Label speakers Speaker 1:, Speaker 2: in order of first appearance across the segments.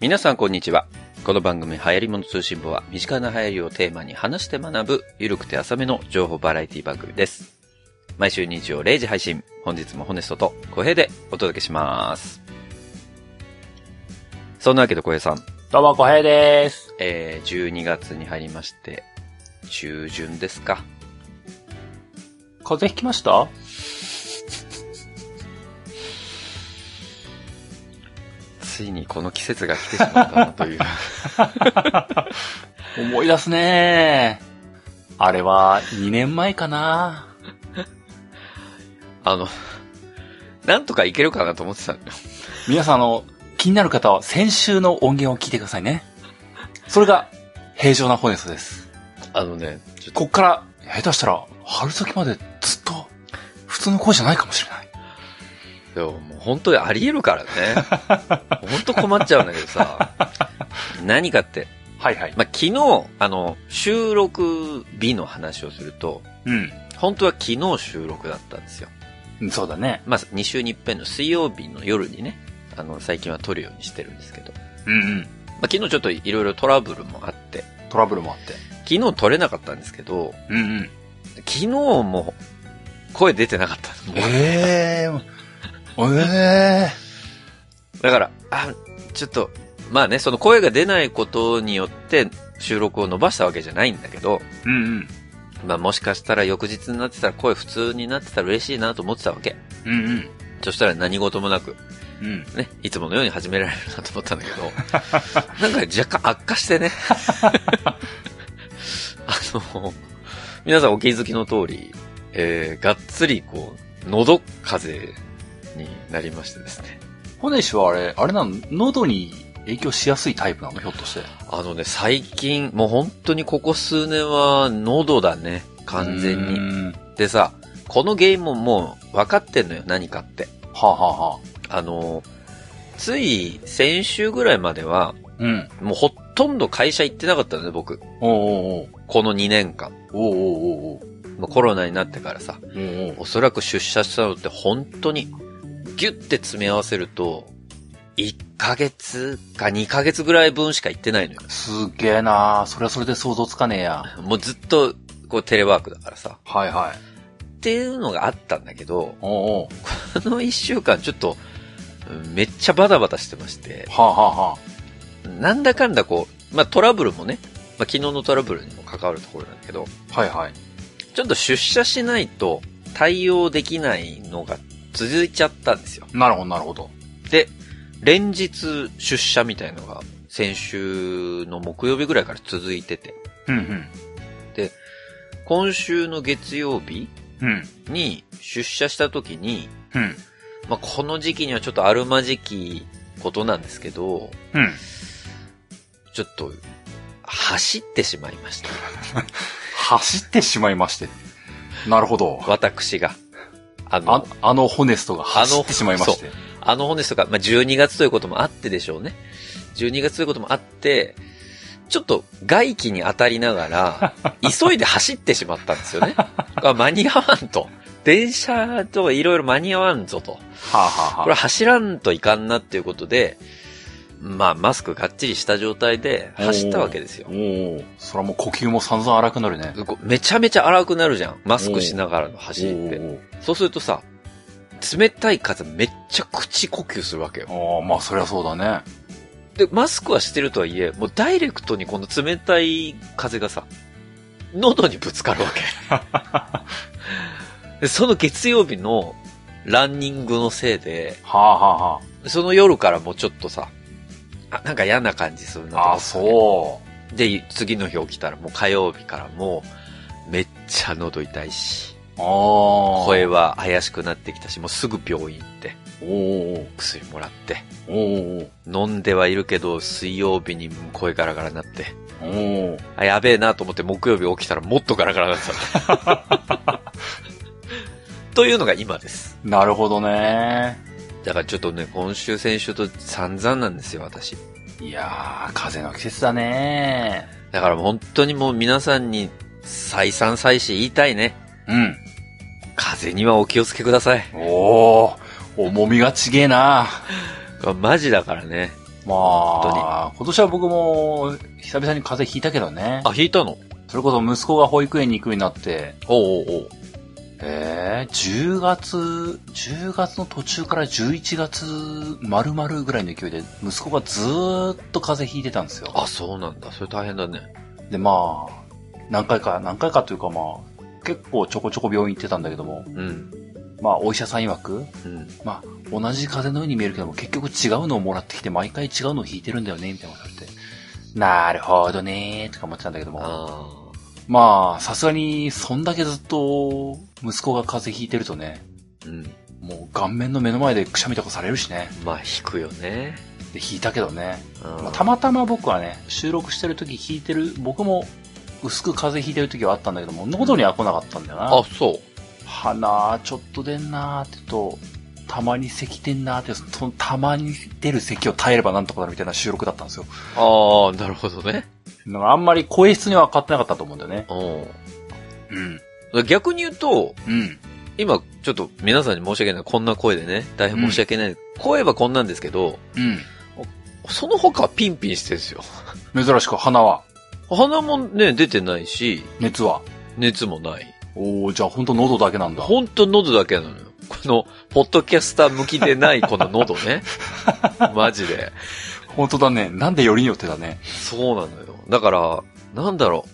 Speaker 1: 皆さんこんにちは。この番組流行り物通信簿は身近な流行りをテーマに話して学ぶゆるくて浅めの情報バラエティ番組です。毎週日曜0時配信、本日もホネストと小平でお届けします。そんなわけで小平さん、
Speaker 2: どうも、小平です。
Speaker 1: えー、12月に入りまして、中旬ですか。
Speaker 2: 風邪ひきました
Speaker 1: ついにこの季節が来てしまったなという。
Speaker 2: 思い出すねあれは、2年前かな
Speaker 1: あの、なんとかいけるかなと思ってたんだよ。
Speaker 2: 皆さん、あの、気になる方は先週の音源を聞いてくださいね。それが、平常なホネストです。
Speaker 1: あのね、ちょっと
Speaker 2: こっから、下手したら、春先までずっと、普通の声じゃないかもしれない。
Speaker 1: でももう本当にあり得るからね。本当困っちゃうんだけどさ。何かって、
Speaker 2: はいはい。
Speaker 1: まあ、昨日、あの、収録日の話をすると、本当は昨日収録だったんですよ。
Speaker 2: うん。そうだね。
Speaker 1: まあ、2週に一遍の水曜日の夜にね、あの、最近は撮るようにしてるんですけど、ま
Speaker 2: うんうん。
Speaker 1: あ、昨日ちょっといろいろトラブルもあって、
Speaker 2: トラブルもあって。
Speaker 1: 昨日撮れなかったんですけど、
Speaker 2: うんうん。
Speaker 1: 昨日も声出てなかったんです。
Speaker 2: ええー。ええ
Speaker 1: だから、あ、ちょっと、まあね、その声が出ないことによって収録を伸ばしたわけじゃないんだけど、
Speaker 2: ー。うんうん。
Speaker 1: まあもしかしたら翌日になってたら声普通になってたら嬉しいなと思ってたわけ。
Speaker 2: うんうん。
Speaker 1: そしたら何事もなく、
Speaker 2: うん。
Speaker 1: ね、いつものように始められるなと思ったんだけど、なんか若干悪化してね。 あの、皆さんお気づきの通り、えー、がっつりこう、喉風邪になりましてですね。
Speaker 2: 骨氏はあれ、あれなの、喉に影響しやすいタイプなのひょっとして。
Speaker 1: あのね、最近、もう本当にここ数年は喉だね。完全に。
Speaker 2: に。
Speaker 1: でさ、この原因ももう分かってんのよ、何かって。
Speaker 2: はあ、はあは
Speaker 1: あの、つい先週ぐらいまでは、
Speaker 2: あ、うん。
Speaker 1: もうほとんど会社行ってなかったのね、僕。
Speaker 2: おう
Speaker 1: この2年間。
Speaker 2: おうおうおうおうおう
Speaker 1: もうコロナになってからさ、
Speaker 2: おうおう
Speaker 1: おそらく出社したのって本当に、ギュッて詰め合わせると、1ヶ月か2ヶ月ぐらい分しか行ってないのよ。
Speaker 2: すげえなそれはそれで想像つかねえや。
Speaker 1: もうずっと、こうテレワークだからさ。
Speaker 2: はいはい。
Speaker 1: っていうのがあったんだけど、
Speaker 2: おうおう
Speaker 1: この一週間ちょっと、うんめっちゃバタバタしてまして、
Speaker 2: はあ、はあは
Speaker 1: なんだかんだこう、まあトラブルもね、まあ昨日のトラブルにも関わるところなんだけど、
Speaker 2: あ、はいはい。
Speaker 1: ちょっと出社しないと対応できないのが続いちゃったんですよ。
Speaker 2: なるほどなるほど。
Speaker 1: で、連日出社みたいのが先週の木曜日ぐらいから続いてて、
Speaker 2: うんうん。
Speaker 1: 今週の月曜日
Speaker 2: うん。
Speaker 1: に出社した時に、
Speaker 2: うん。
Speaker 1: まあこの時期にはちょっとあるまじきことなんですけど、
Speaker 2: うん。
Speaker 1: ちょっと、走ってしまいました。
Speaker 2: 走ってしまいまして。なるほど。
Speaker 1: 私が。あの、
Speaker 2: あ
Speaker 1: あ、
Speaker 2: あのホネストが走ってしまいまして。
Speaker 1: の本ですとか、まあ、12月ということもあってでしょうね。12月ということもあって、ちょっと外気に当たりながら、 急いで走ってしまったんですよね。あ間に合わんと。電車とかいろいろ間に合わんぞと。
Speaker 2: はあ、はあ
Speaker 1: こ
Speaker 2: は
Speaker 1: れ
Speaker 2: あ、
Speaker 1: 走らんといかんなっていうことで、まあ、マスクがっちりした状態で走ったわけですよ
Speaker 2: お。うおうそれはもう呼吸も散々荒くなるね。
Speaker 1: こうめちゃめちゃ荒くなるじゃん。マスクしながらの走りって。
Speaker 2: おうおう
Speaker 1: そうするとさ、冷たい風めっちゃ口呼吸するわけよ。
Speaker 2: ああ、まあそりゃそうだね。
Speaker 1: で、マスクはしてるとはいえ、もうダイレクトにこの冷たい風がさ、喉にぶつかるわけ。 でその月曜日のランニングのせいで、
Speaker 2: はあはあは
Speaker 1: その夜からもうちょっとさ、あ、なんか嫌な感じするなと
Speaker 2: あ。あ
Speaker 1: 思
Speaker 2: あ、
Speaker 1: ってたねで、
Speaker 2: そ
Speaker 1: 次の日起きたらもう火曜日からもう、めっちゃ喉痛いし、
Speaker 2: う。ああ。
Speaker 1: 声は怪しくなってきたし、もうすぐ病院行って、
Speaker 2: おー
Speaker 1: 薬もらって、
Speaker 2: おーおー
Speaker 1: 飲んではいるけど、水曜日に声ガラガラになって、
Speaker 2: おーおー
Speaker 1: あ、やべえなと思って木曜日起きたらもっとガラガラになってた。 というのが今です。
Speaker 2: なるほどね。
Speaker 1: だからちょっとね、今週、先週と散々なんですよ、私。
Speaker 2: いやー、風の季節だね
Speaker 1: だから本当にもう皆さんに再三再四言いたいね。
Speaker 2: うん。
Speaker 1: 風邪にはお気をつけください。
Speaker 2: おお重みがちげえな
Speaker 1: これマジだからね。
Speaker 2: まあ、今年は僕も久々に風邪ひいたけどね。
Speaker 1: あ、引いたの
Speaker 2: それこそ息子が保育園に行くようになって、
Speaker 1: おうおうおう。
Speaker 2: えー、10月、10月の途中から11月丸々ぐらいの勢いで、息子がずーっと風邪ひいてたんですよ。
Speaker 1: あ、そうなんだ。それ大変だね。
Speaker 2: で、まあ、何回か、何回かというかまあ、結構ちょこちょこ病院行ってたんだけども、
Speaker 1: うん。
Speaker 2: まあ、お医者さん曰く、
Speaker 1: うん。
Speaker 2: まあ、同じ風邪のように見えるけども、結局違うのをもらってきて、毎回違うのを引いてるんだよね、みたいなこと言われて、なるほどねー、とか思ってたんだけども、
Speaker 1: あ
Speaker 2: まあ、さすがに、そんだけずっと、息子が風邪ひいてるとね、
Speaker 1: あ。うん。
Speaker 2: もう顔面の目の前でくしゃみとかされるしね。
Speaker 1: まあ、引くよね。
Speaker 2: で、引いたけどね。ま
Speaker 1: ま
Speaker 2: あたまたま僕はね、収録してる時引いてる、僕も薄く風邪ひいてる時はあったんだけども、のことには来なかったんだよな。
Speaker 1: あ、そう。
Speaker 2: 鼻、ちょっと出んなーってと、たまに咳出んなーって、そのたまに出る咳を耐えればなんとかなるみたいな収録だったんですよ。
Speaker 1: ああ、なるほどね。
Speaker 2: なんかあんまり声質には変わってなかったと思うんだよね。
Speaker 1: う
Speaker 2: うん。
Speaker 1: ん。逆に言うと、
Speaker 2: うん。
Speaker 1: 今、ちょっと皆さんに申し訳ない。こんな声でね。大変申し訳ない。声はこんなんですけど、その他はピンピンしてるんですよ。
Speaker 2: うん。珍しく鼻は、
Speaker 1: 鼻もね、出てないし、
Speaker 2: 熱は。
Speaker 1: 熱もない。
Speaker 2: おー、じゃあほんと喉だけなんだ。
Speaker 1: ほんと喉だけなのよ。この、ポッドキャスター向きでないこの喉 ね。マジで。
Speaker 2: 本当だね。なんでよりによってだね。
Speaker 1: そうなのよ。だから、なんだろ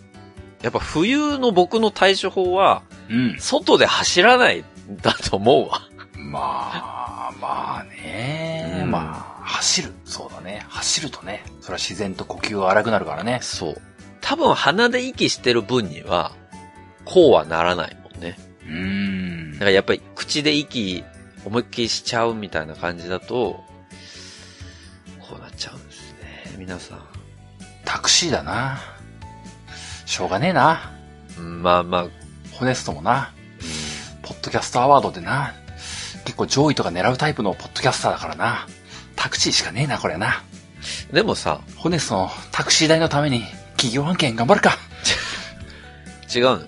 Speaker 1: う。やっぱ冬の僕の対処法は、
Speaker 2: うん。
Speaker 1: 外で走らないんだと思うわ。
Speaker 2: まあ、まあね、
Speaker 1: うん
Speaker 2: まあ、走る。そうだね。走るとね。それは自然と呼吸が荒くなるからね。
Speaker 1: そう。多分鼻で息してる分には、こうはならないもんね。
Speaker 2: うーん
Speaker 1: だか。らやっぱり口で息、思いっきりしちゃうみたいな感じだと、こうなっちゃうんですね。皆さん。
Speaker 2: タクシーだな。しょうがねえな。
Speaker 1: うんまあまあ、
Speaker 2: ホネストもな。ポッドキャストアワードでな。結構上位とか狙うタイプのポッドキャスターだからな。タクシーしかねえな、これな。
Speaker 1: でもさ、
Speaker 2: ホネストのタクシー代のために企業案件頑張るか。
Speaker 1: 違うのよ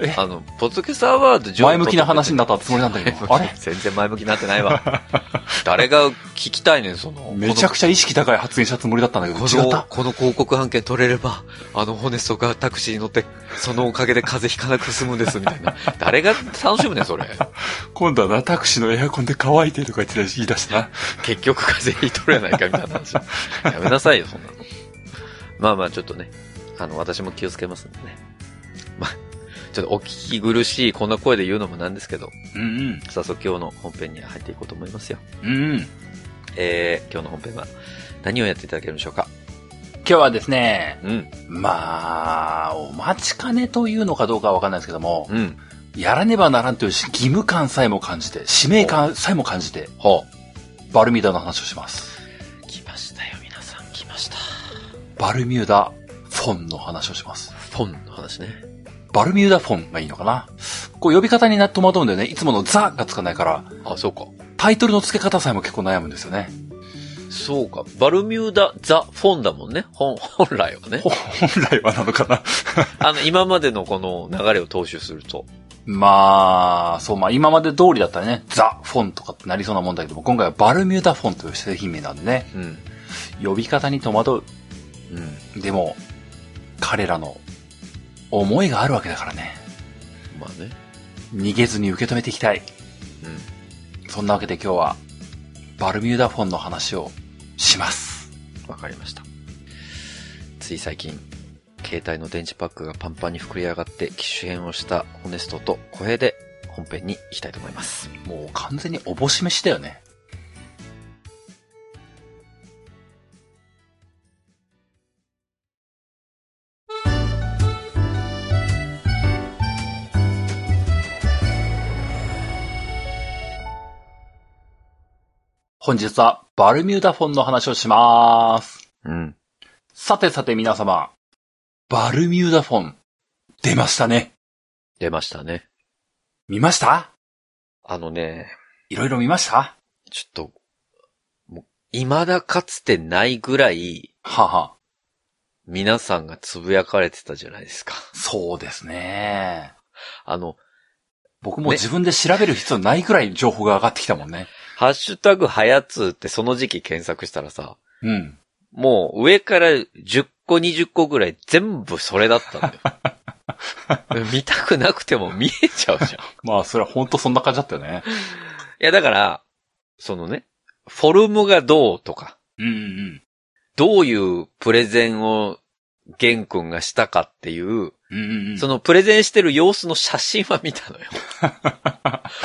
Speaker 2: え
Speaker 1: あの、ポッドキャストアワード上位
Speaker 2: 前向きな話になったつもりな んだけど。あれ
Speaker 1: 全然前向きになってないわ。誰が聞きたいねん、その。
Speaker 2: めちゃくちゃ意識高い発言したつもりだったんだけど、
Speaker 1: こ
Speaker 2: 違っ
Speaker 1: の
Speaker 2: た、。
Speaker 1: この広告案件取れれば、あの、ホネストがタクシーに乗って、そのおかげで風邪ひかなく済むんです、みたいな。誰が楽しむねん、それ。
Speaker 2: 今度はな、タクシーのエアコンで乾いてとか言ってたし言い出したな。
Speaker 1: 結局風邪ひいとるやないか、みたいな話。やめなさいよ、そんなの。まあまあ、ちょっとね、あの、私も気をつけますんでね。まあ、ちょっとお聞き苦しい、こんな声で言うのもなんですけど、
Speaker 2: うん
Speaker 1: 早速今日の本編に入っていこうと思いますよ。
Speaker 2: うん。うんうん。
Speaker 1: えー、今日の本編は何をやっていただけるんでしょうか
Speaker 2: 今日はですね、
Speaker 1: うん、
Speaker 2: まあ、お待ちかねというのかどうかはわかんないですけども、
Speaker 1: うん、
Speaker 2: やらねばならんという義務感さえも感じて、使命感さえも感じて、
Speaker 1: ほ
Speaker 2: バルミューダの話をします。
Speaker 1: う。来ましたよ、皆さん、来ました。
Speaker 2: バルミューダフォンの話をします。
Speaker 1: フォンの話ね。
Speaker 2: バルミューダフォンがいいのかなこう呼び方にな戸惑うんだよね。いつものザがつかないから、
Speaker 1: あ、そうか。
Speaker 2: タイトルの付け方さえも結構悩むんですよね。
Speaker 1: そうか。バルミューダ、ザ・フォンだもんね。本、本来はね
Speaker 2: ほ。本来はなのかな
Speaker 1: あの、今までのこの流れを踏襲すると。
Speaker 2: まあ、そう、まあ今まで通りだったらね、ザ・フォンとかってなりそうなもんだけども、今回はバルミューダフォンという製品名なんでね、
Speaker 1: うん。
Speaker 2: 呼び方に戸惑
Speaker 1: うん。
Speaker 2: う。でも、彼らの思いがあるわけだからね、
Speaker 1: まあね。
Speaker 2: 逃げずに受け止めていきたい。
Speaker 1: うん。
Speaker 2: そんなわけで今日は、バルミューダフォンの話をします。
Speaker 1: わかりました。つい最近、携帯の電池パックがパンパンに膨れ上がって機種変をしたホネストと小平で本編に行きたいと思います。
Speaker 2: もう完全におぼし飯だよね。本日はバルミューダフォンの話をします。
Speaker 1: うん。
Speaker 2: さてさて皆様、バルミューダフォン、出ましたね。
Speaker 1: 出ましたね。
Speaker 2: 見ました
Speaker 1: あのね、
Speaker 2: いろいろ見ました
Speaker 1: ちょっと、もう、未だかつてないぐらい、
Speaker 2: はは。
Speaker 1: 皆さんがつぶやかれてたじゃないですか。
Speaker 2: そうですね。
Speaker 1: あの、
Speaker 2: 僕も自分で調べる必要ないくらい情報が上がってきたもんね。
Speaker 1: ハッシュタグはやつってその時期検索したらさ、
Speaker 2: うん。
Speaker 1: もう上から10個20個ぐらい全部それだったんだ よ。見たくなくても見えちゃうじゃん。い
Speaker 2: まあ、それは本当そんな感じだったよね。
Speaker 1: や、だから、そのね、フォルムがどうとか、
Speaker 2: うんうん
Speaker 1: どういうプレゼンを玄君がしたかっていう、
Speaker 2: うん。うんうんうん。
Speaker 1: そのプレゼンしてる様子の写真は見 たのよ。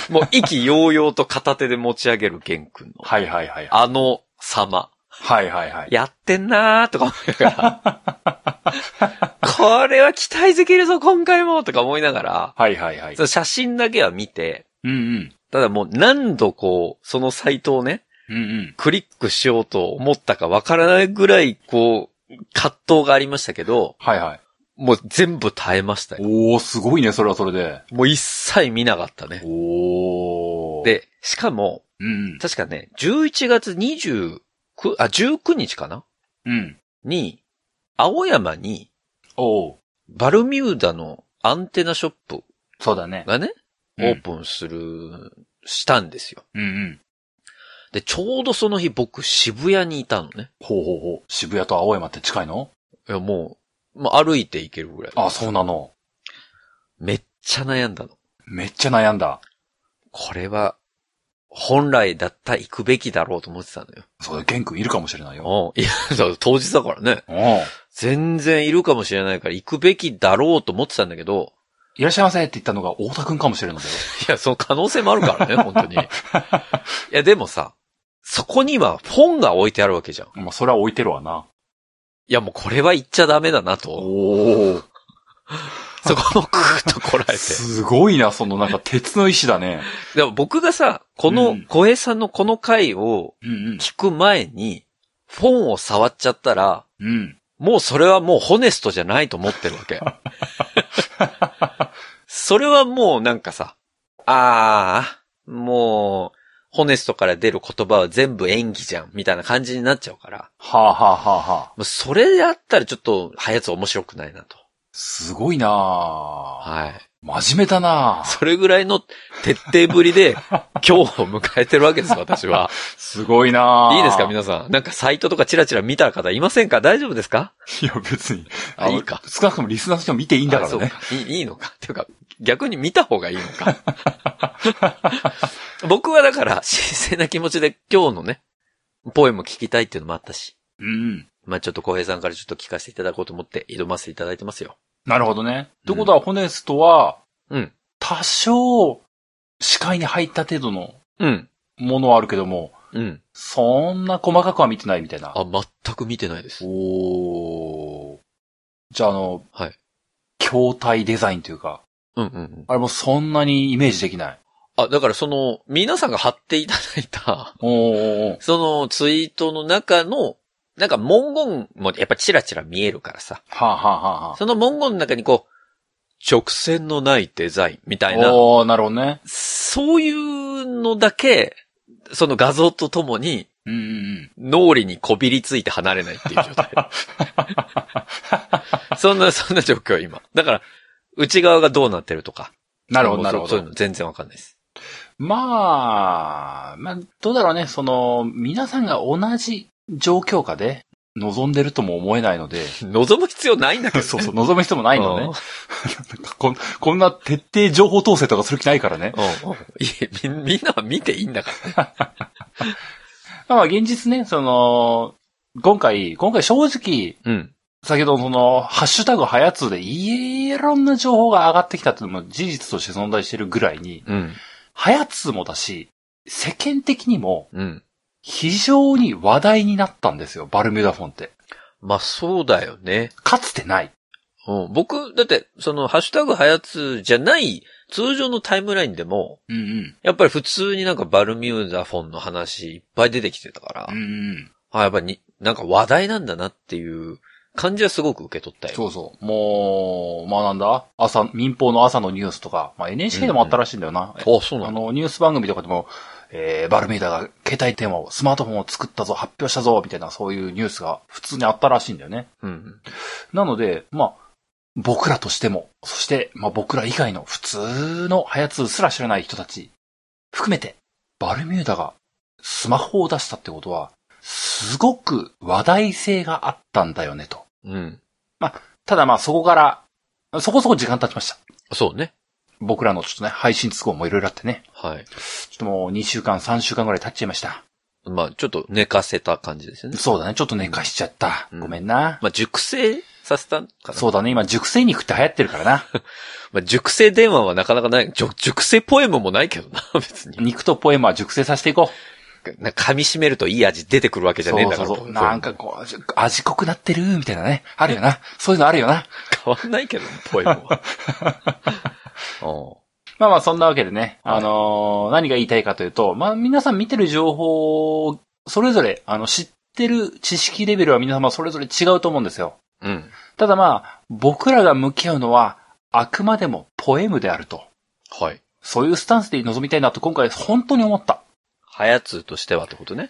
Speaker 1: もう意気揚々と片手で持ち上げる玄君の。
Speaker 2: はいはいはい。
Speaker 1: あの様。
Speaker 2: はいはいはい。
Speaker 1: やってんなーとか思いながら。これは期待できるぞ、今回もとか思いながら、
Speaker 2: はいはいはい
Speaker 1: そ。の写真だけは見て、
Speaker 2: うんうん。
Speaker 1: ただもう何度こう、そのサイトをね、
Speaker 2: うんうん。
Speaker 1: クリックしようと思ったかわからないぐらい、こう、葛藤がありましたけど、
Speaker 2: はいはい。
Speaker 1: もう全部耐えましたよ。
Speaker 2: おー、すごいね、それはそれで。
Speaker 1: もう一切見なかったね。
Speaker 2: おー。、
Speaker 1: で、しかも、
Speaker 2: うん
Speaker 1: 確かね、11月29、あ、19日かな
Speaker 2: うん。うん。
Speaker 1: に、青山に、
Speaker 2: おー。
Speaker 1: バルミューダのアンテナショップ
Speaker 2: そうだね。
Speaker 1: がね、オ
Speaker 2: うん
Speaker 1: ープンする、したんですよ。
Speaker 2: うんうん。
Speaker 1: で、ちょうどその日僕渋谷にいたのね。
Speaker 2: ほうほうほう。渋谷と青山って近いの
Speaker 1: いや、もう、まあ、歩いて行けるぐらい。
Speaker 2: あ、そうなの。
Speaker 1: めっちゃ悩んだの。
Speaker 2: めっちゃ悩んだ。
Speaker 1: これは、本来だったら行くべきだろうと思ってたのよ。
Speaker 2: そうだ、玄君いるかもしれないよ。
Speaker 1: うん。いや、そう当日だからね。
Speaker 2: おー。
Speaker 1: 全然いるかもしれないから行くべきだろうと思ってたんだけど、
Speaker 2: いらっしゃいませって言ったのが太田君かもしれないんだよ。
Speaker 1: いや、その可能性もある からね、本当に。いや、でもさ、そこには本が置いてあるわけじゃん。
Speaker 2: まあ、それは置いてるわな。
Speaker 1: いや、もうこれは行っちゃダメだなと。
Speaker 2: おー。
Speaker 1: そこもクーッとこらえて。
Speaker 2: すごいな、そのなんか鉄の意志だね。
Speaker 1: でも僕がさ、こ
Speaker 2: う
Speaker 1: の
Speaker 2: ん、
Speaker 1: 小平さんのこの回を
Speaker 2: うん
Speaker 1: 聞く前に、フォンを触っちゃったら、
Speaker 2: うん。うん。
Speaker 1: もうそれはもうホネストじゃないと思ってるわ け。それはもうなんかさ、ああ、もう、ホネストから出る言葉は全部演技じゃん、みたいな感じになっちゃうから。
Speaker 2: はあ、はあはあはあ、
Speaker 1: もうそれやったらちょっと、はやつ面白くないなと。
Speaker 2: すごいな
Speaker 1: はい。
Speaker 2: 真面目だな
Speaker 1: それぐらいの徹底ぶりで、今日を迎えてるわけ です、私は。
Speaker 2: すごいない
Speaker 1: いですか、
Speaker 2: な。
Speaker 1: 皆さん。なんかサイトとかチラチラ見た方いませんか大丈夫ですか
Speaker 2: いや、別に。
Speaker 1: あ
Speaker 2: あの
Speaker 1: いいか
Speaker 2: 少なくともリスナーの人も見ていいんだから
Speaker 1: あ
Speaker 2: ね。
Speaker 1: そういいいいのかっていうか、逆に見た方がいいの か。僕はだから、新鮮な気持ちで今日のね、ポエム聞きたいっていうのもあったし、
Speaker 2: うん。
Speaker 1: まあちょっと小平さんからちょっと聞かせていただこうと思って挑ませていただいてますよ。
Speaker 2: なるほどね。ってことは、ホネストは、
Speaker 1: うん。
Speaker 2: 多少、視界に入った程度の
Speaker 1: うん。
Speaker 2: ものはあるけども、
Speaker 1: うん。
Speaker 2: そんな細かくは見てないみたいな。
Speaker 1: あ、全く見てないです。
Speaker 2: おーじゃあ、あの、
Speaker 1: はい
Speaker 2: 筐体デザインというか、
Speaker 1: うんうんうん。
Speaker 2: あれもそんなにイメージできない。
Speaker 1: あ、だからその、皆さんが貼っていただいた、
Speaker 2: おーおー
Speaker 1: そのツイートの中の、なんか文言もやっぱチラチラ見えるからさ。
Speaker 2: はあ、はあはあは
Speaker 1: その文言の中にこう、直線のないデザインみたい
Speaker 2: あ、
Speaker 1: な、
Speaker 2: おーなるほどね。
Speaker 1: そういうのだけ、その画像とともに、
Speaker 2: うんうんうん。
Speaker 1: 脳裏にこびりついて離れないっていう状 態。そんな、そんな状況今。だから、内側がどうなってるとか。
Speaker 2: なるほど、
Speaker 1: もう
Speaker 2: な
Speaker 1: そ
Speaker 2: るほ
Speaker 1: そういう
Speaker 2: ど。
Speaker 1: の全然わかんないです。
Speaker 2: まあ、まあ、どうだろうね、その、皆さんが同じ状況下で望んでるとも思えないので、
Speaker 1: 望む必要ないんだけど、ね。
Speaker 2: そうそう、望む人もないのね。
Speaker 1: うん
Speaker 2: なんかこんこんな徹底情報統制とかする気ないからね。
Speaker 1: うんうんいえみみんなは見ていいんだから。
Speaker 2: まあ、現実ね、その、今回、今回正直、
Speaker 1: うん。
Speaker 2: 先ほどその、ハッシュタグはやつでいろんな情報が上がってきたっていうのも事実として存在してるぐらいに、
Speaker 1: うん。
Speaker 2: はやつもだし、世間的にも
Speaker 1: うん。
Speaker 2: 非常に話題になったんですよ、バルミューダフォンって。
Speaker 1: まあ、そうだよね。
Speaker 2: かつてない。
Speaker 1: うん、僕、だって、その、ハッシュタグはやつじゃない、通常のタイムラインでも、
Speaker 2: うんうん。
Speaker 1: やっぱり普通になんかバルミューダフォンの話いっぱい出てきてたから、
Speaker 2: んうん。
Speaker 1: あ、やっぱに、なんか話題なんだなっていう感じはすごく受け取ったよ。
Speaker 2: そうそう。もう、まあなんだ朝、民放の朝のニュースとか、まあ NHK でもあったらしいんだよな。
Speaker 1: あ、そうな
Speaker 2: あ
Speaker 1: の
Speaker 2: の、ニュース番組とかでも、えー、バルミューダが携帯電話を、スマートフォンを作ったぞ、発表したぞ、みたいなそういうニュースが普通にあったらしいんだよね。
Speaker 1: うん。
Speaker 2: なので、まあ、僕らとしても、そして、まあ僕ら以外の普通のハヤツーすら知らない人たち、含めて、バルミューダがスマホを出したってことは、すごく話題性があったんだよねと。
Speaker 1: うん。
Speaker 2: ただまあそこから、そこそこ時間経ちました。
Speaker 1: そうね。
Speaker 2: 僕らのちょっとね、配信都合もいろいろあってね。
Speaker 1: はい。
Speaker 2: ちょっともう2週間、3週間ぐらい経っちゃいました。
Speaker 1: まあ、ちょっと寝かせた感じですよね。
Speaker 2: そうだね、ちょっと寝かしちゃった。
Speaker 1: うん
Speaker 2: ごめんな。
Speaker 1: まあ、熟成させたかな。
Speaker 2: そうだね、今熟成肉って流行ってるからな。
Speaker 1: まあ、熟成電話はなかなかない。じょ熟成ポエムもないけどな、別に。
Speaker 2: 肉とポエムは熟成させていこう。
Speaker 1: なんか噛み締めるといい味出てくるわけじゃねえんだから。
Speaker 2: そうそうそうなんかこう、味濃くなってるみたいなね。あるよな。そういうのあるよな。
Speaker 1: 変わんないけどね、ポエムは。お
Speaker 2: まあまあそんなわけでね、
Speaker 1: はい
Speaker 2: あのー何が言いたいかというと、まあ皆さん見てる情報、それぞれ、あの、知ってる知識レベルは皆様それぞれ違うと思うんですよ。
Speaker 1: ううん。
Speaker 2: ただまあ、僕らが向き合うのは、あくまでもポエムであると。
Speaker 1: はい。
Speaker 2: そういうスタンスで臨みたいなと今回本当に思った。
Speaker 1: はやつとしてはってことね。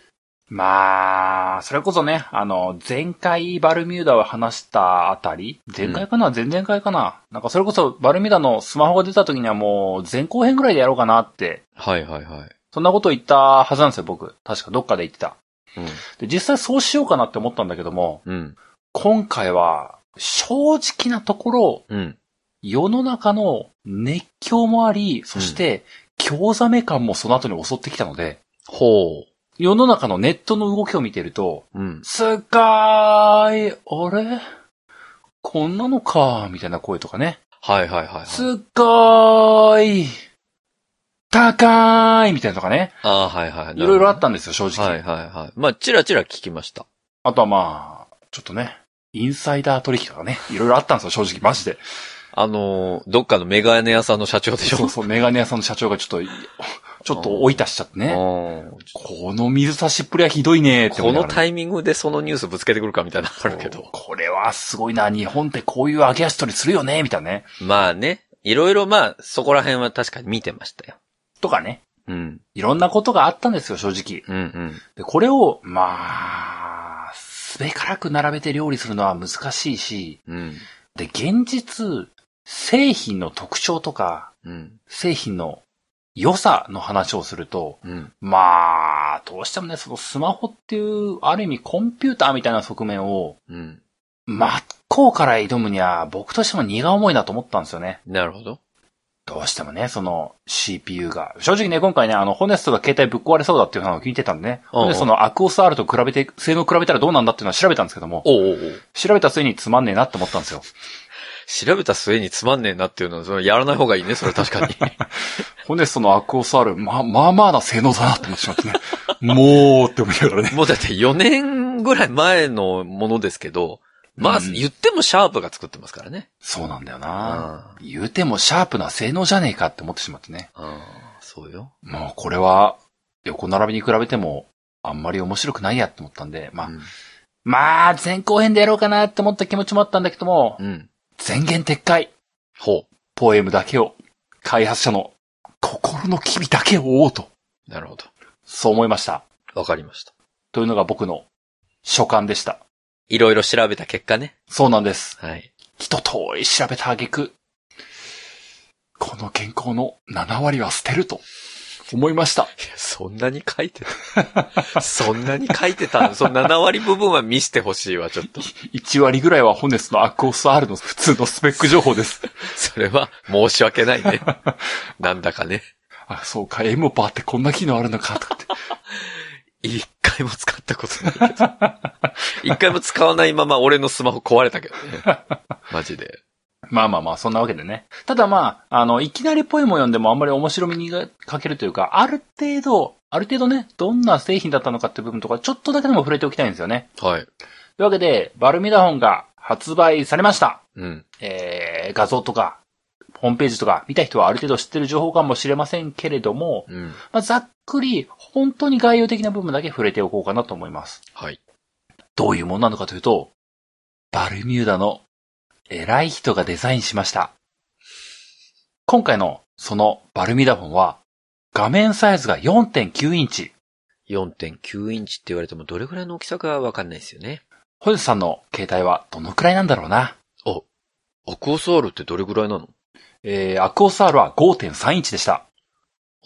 Speaker 2: まあ、それこそね、あの、前回バルミューダを話したあたり、前回かな、前々回かな。なんかそれこそバルミューダのスマホが出た時にはもう前後編ぐらいでやろうかなって
Speaker 1: はいはいはい。
Speaker 2: そんなこと言ったはずなんですよ、僕。確かどっかで言ってた。
Speaker 1: う
Speaker 2: で、実際そうしようかなって思ったんだけども、
Speaker 1: ん。うん。
Speaker 2: 今回は、正直なところ、
Speaker 1: うん。
Speaker 2: 世の中の熱狂もあり、そして、興ざめ感もその後に襲ってきたので、
Speaker 1: ほ
Speaker 2: 世の中のネットの動きを見てると、
Speaker 1: う。うん。
Speaker 2: すっかーい、あれこんなのかー、みたいな声とかね。
Speaker 1: はいはいはい、はい。
Speaker 2: すっかーい、高ーい、みたいなのとかね。
Speaker 1: ああ、はいはい。。
Speaker 2: いろいろあったたんですよ、正直。
Speaker 1: はいはいはい。まあ、ちらちら聞きました。
Speaker 2: あとはまあ、ちょっとね、インサイダー取引とかね、いろいろあったんですよ、正直、マジで。
Speaker 1: あのーどっかのメガネ屋さんの社長でしょ
Speaker 2: そうそう、メガネ屋さんの社長がちょっと、ちょっと追い出しちゃって
Speaker 1: う
Speaker 2: ね。
Speaker 1: ん
Speaker 2: この水差しっぷりはひどいねって
Speaker 1: こ
Speaker 2: 思いな
Speaker 1: の
Speaker 2: がらね
Speaker 1: タイミングでそのニュースぶつけてくるかみたいなのあるけ
Speaker 2: そう
Speaker 1: ど。
Speaker 2: これはすごいな、日本ってこういう上げ足取りするよね、みたいなね。
Speaker 1: まあね、いろいろまあ、そこら辺は確かに見てましたよ。
Speaker 2: とかね。
Speaker 1: うん。
Speaker 2: いろんなことがあったんですよ、正直。
Speaker 1: うんうん。
Speaker 2: で、これを、まあ、すべからく並べて料理するのは難しいし、
Speaker 1: うん。
Speaker 2: で、現実、製品の特徴とか、
Speaker 1: うん。
Speaker 2: 製品の良さの話をすると、
Speaker 1: うん。
Speaker 2: まあ、どうしてもね、そのスマホっていう、ある意味コンピューターみたいな側面を、
Speaker 1: うん。
Speaker 2: 真っ向から挑むには、僕としても荷が重いなと思ったんですよね。
Speaker 1: なるほど。
Speaker 2: どうしてもね、その CPU が。正直ね、今回ね、あの、ホネストが携帯ぶっ壊れそうだっていうのを聞いてたんでね。
Speaker 1: うんうん
Speaker 2: で、そのアクオス R と比べて、性能比べたらどうなんだっていうのは調べたんですけども、
Speaker 1: おうおうおう
Speaker 2: 調べた末につまんねえなって思ったんですよ。
Speaker 1: 調べた末につまんねえなっていうのは、そのやらない方がいいね、それ確 かに。
Speaker 2: ホネストのアクオス R、ま、まあまあな性能だなって思ってしま ってね。もうって思いながらね。
Speaker 1: もうだって4年ぐらい前のものですけど、まあ、
Speaker 2: うん
Speaker 1: 言ってもシャープが作ってますからね。
Speaker 2: そうなんだよ
Speaker 1: う
Speaker 2: な。
Speaker 1: ん。
Speaker 2: 言うてもシャープな性能じゃねえかって思ってしまってね。
Speaker 1: うん。そうよ。
Speaker 2: もうこれは横並びに比べてもあんまり面白くないやって思ったんで、まあ、
Speaker 1: うん
Speaker 2: まあ前後編でやろうかなって思った気持ちもあったんだけども、
Speaker 1: うん。
Speaker 2: 全言撤回、
Speaker 1: ほ
Speaker 2: ポエムだけを、開発者の心の機微だけを追おうと、
Speaker 1: う。なるほど。
Speaker 2: そう思いました。
Speaker 1: わかりました。
Speaker 2: というのが僕の所感でした。
Speaker 1: いろいろ調べた結果ね。
Speaker 2: そうなんです。
Speaker 1: はい。
Speaker 2: 一通り調べた挙句、この健康の7割は捨てると思いました。
Speaker 1: そんなに書いて たそんなに書いてたのその7割部分は見してほしいわ、ちょっと。
Speaker 2: 1割ぐらいはホネスのアクオス R の普通のスペック情報です。
Speaker 1: それは申し訳ない ね。なんだかね。
Speaker 2: あ、そうか、エモパーってこんな機能あるのか、とかって。
Speaker 1: 一回も使ったことないけど。一回も使わないまま俺のスマホ壊れたけどね。マジで。
Speaker 2: まあまあまあ、そんなわけでね。ただまあ、あの、いきなりポエムを読んでもあんまり面白みに欠けるというか、ある程度、ある程度ね、どんな製品だったのかって部分とか、ちょっとだけでも触れておきたいんですよね。
Speaker 1: はい。
Speaker 2: というわけで、バルミダホンが発売されました。
Speaker 1: うん。
Speaker 2: えー、画像とか、ホームページとか、見た人はある程度知ってる情報かもしれませんけれども、
Speaker 1: うん。
Speaker 2: まあ、ざっくり、本当に概要的な部分だけ触れておこうかなと思います。
Speaker 1: はい。
Speaker 2: どういうものなのかというと、バルミューダの偉い人がデザインしました。今回のそのバルミューダフォンは、画面サイズが4.9インチ。
Speaker 1: 4.9インチって言われてもどれぐらいの大きさかわかんないですよね。
Speaker 2: ホイズさんの携帯はどのくらいなんだろうな。
Speaker 1: アクオスアールってどれぐらいなの
Speaker 2: えー、アクオス R は5.3インチでした。
Speaker 1: あ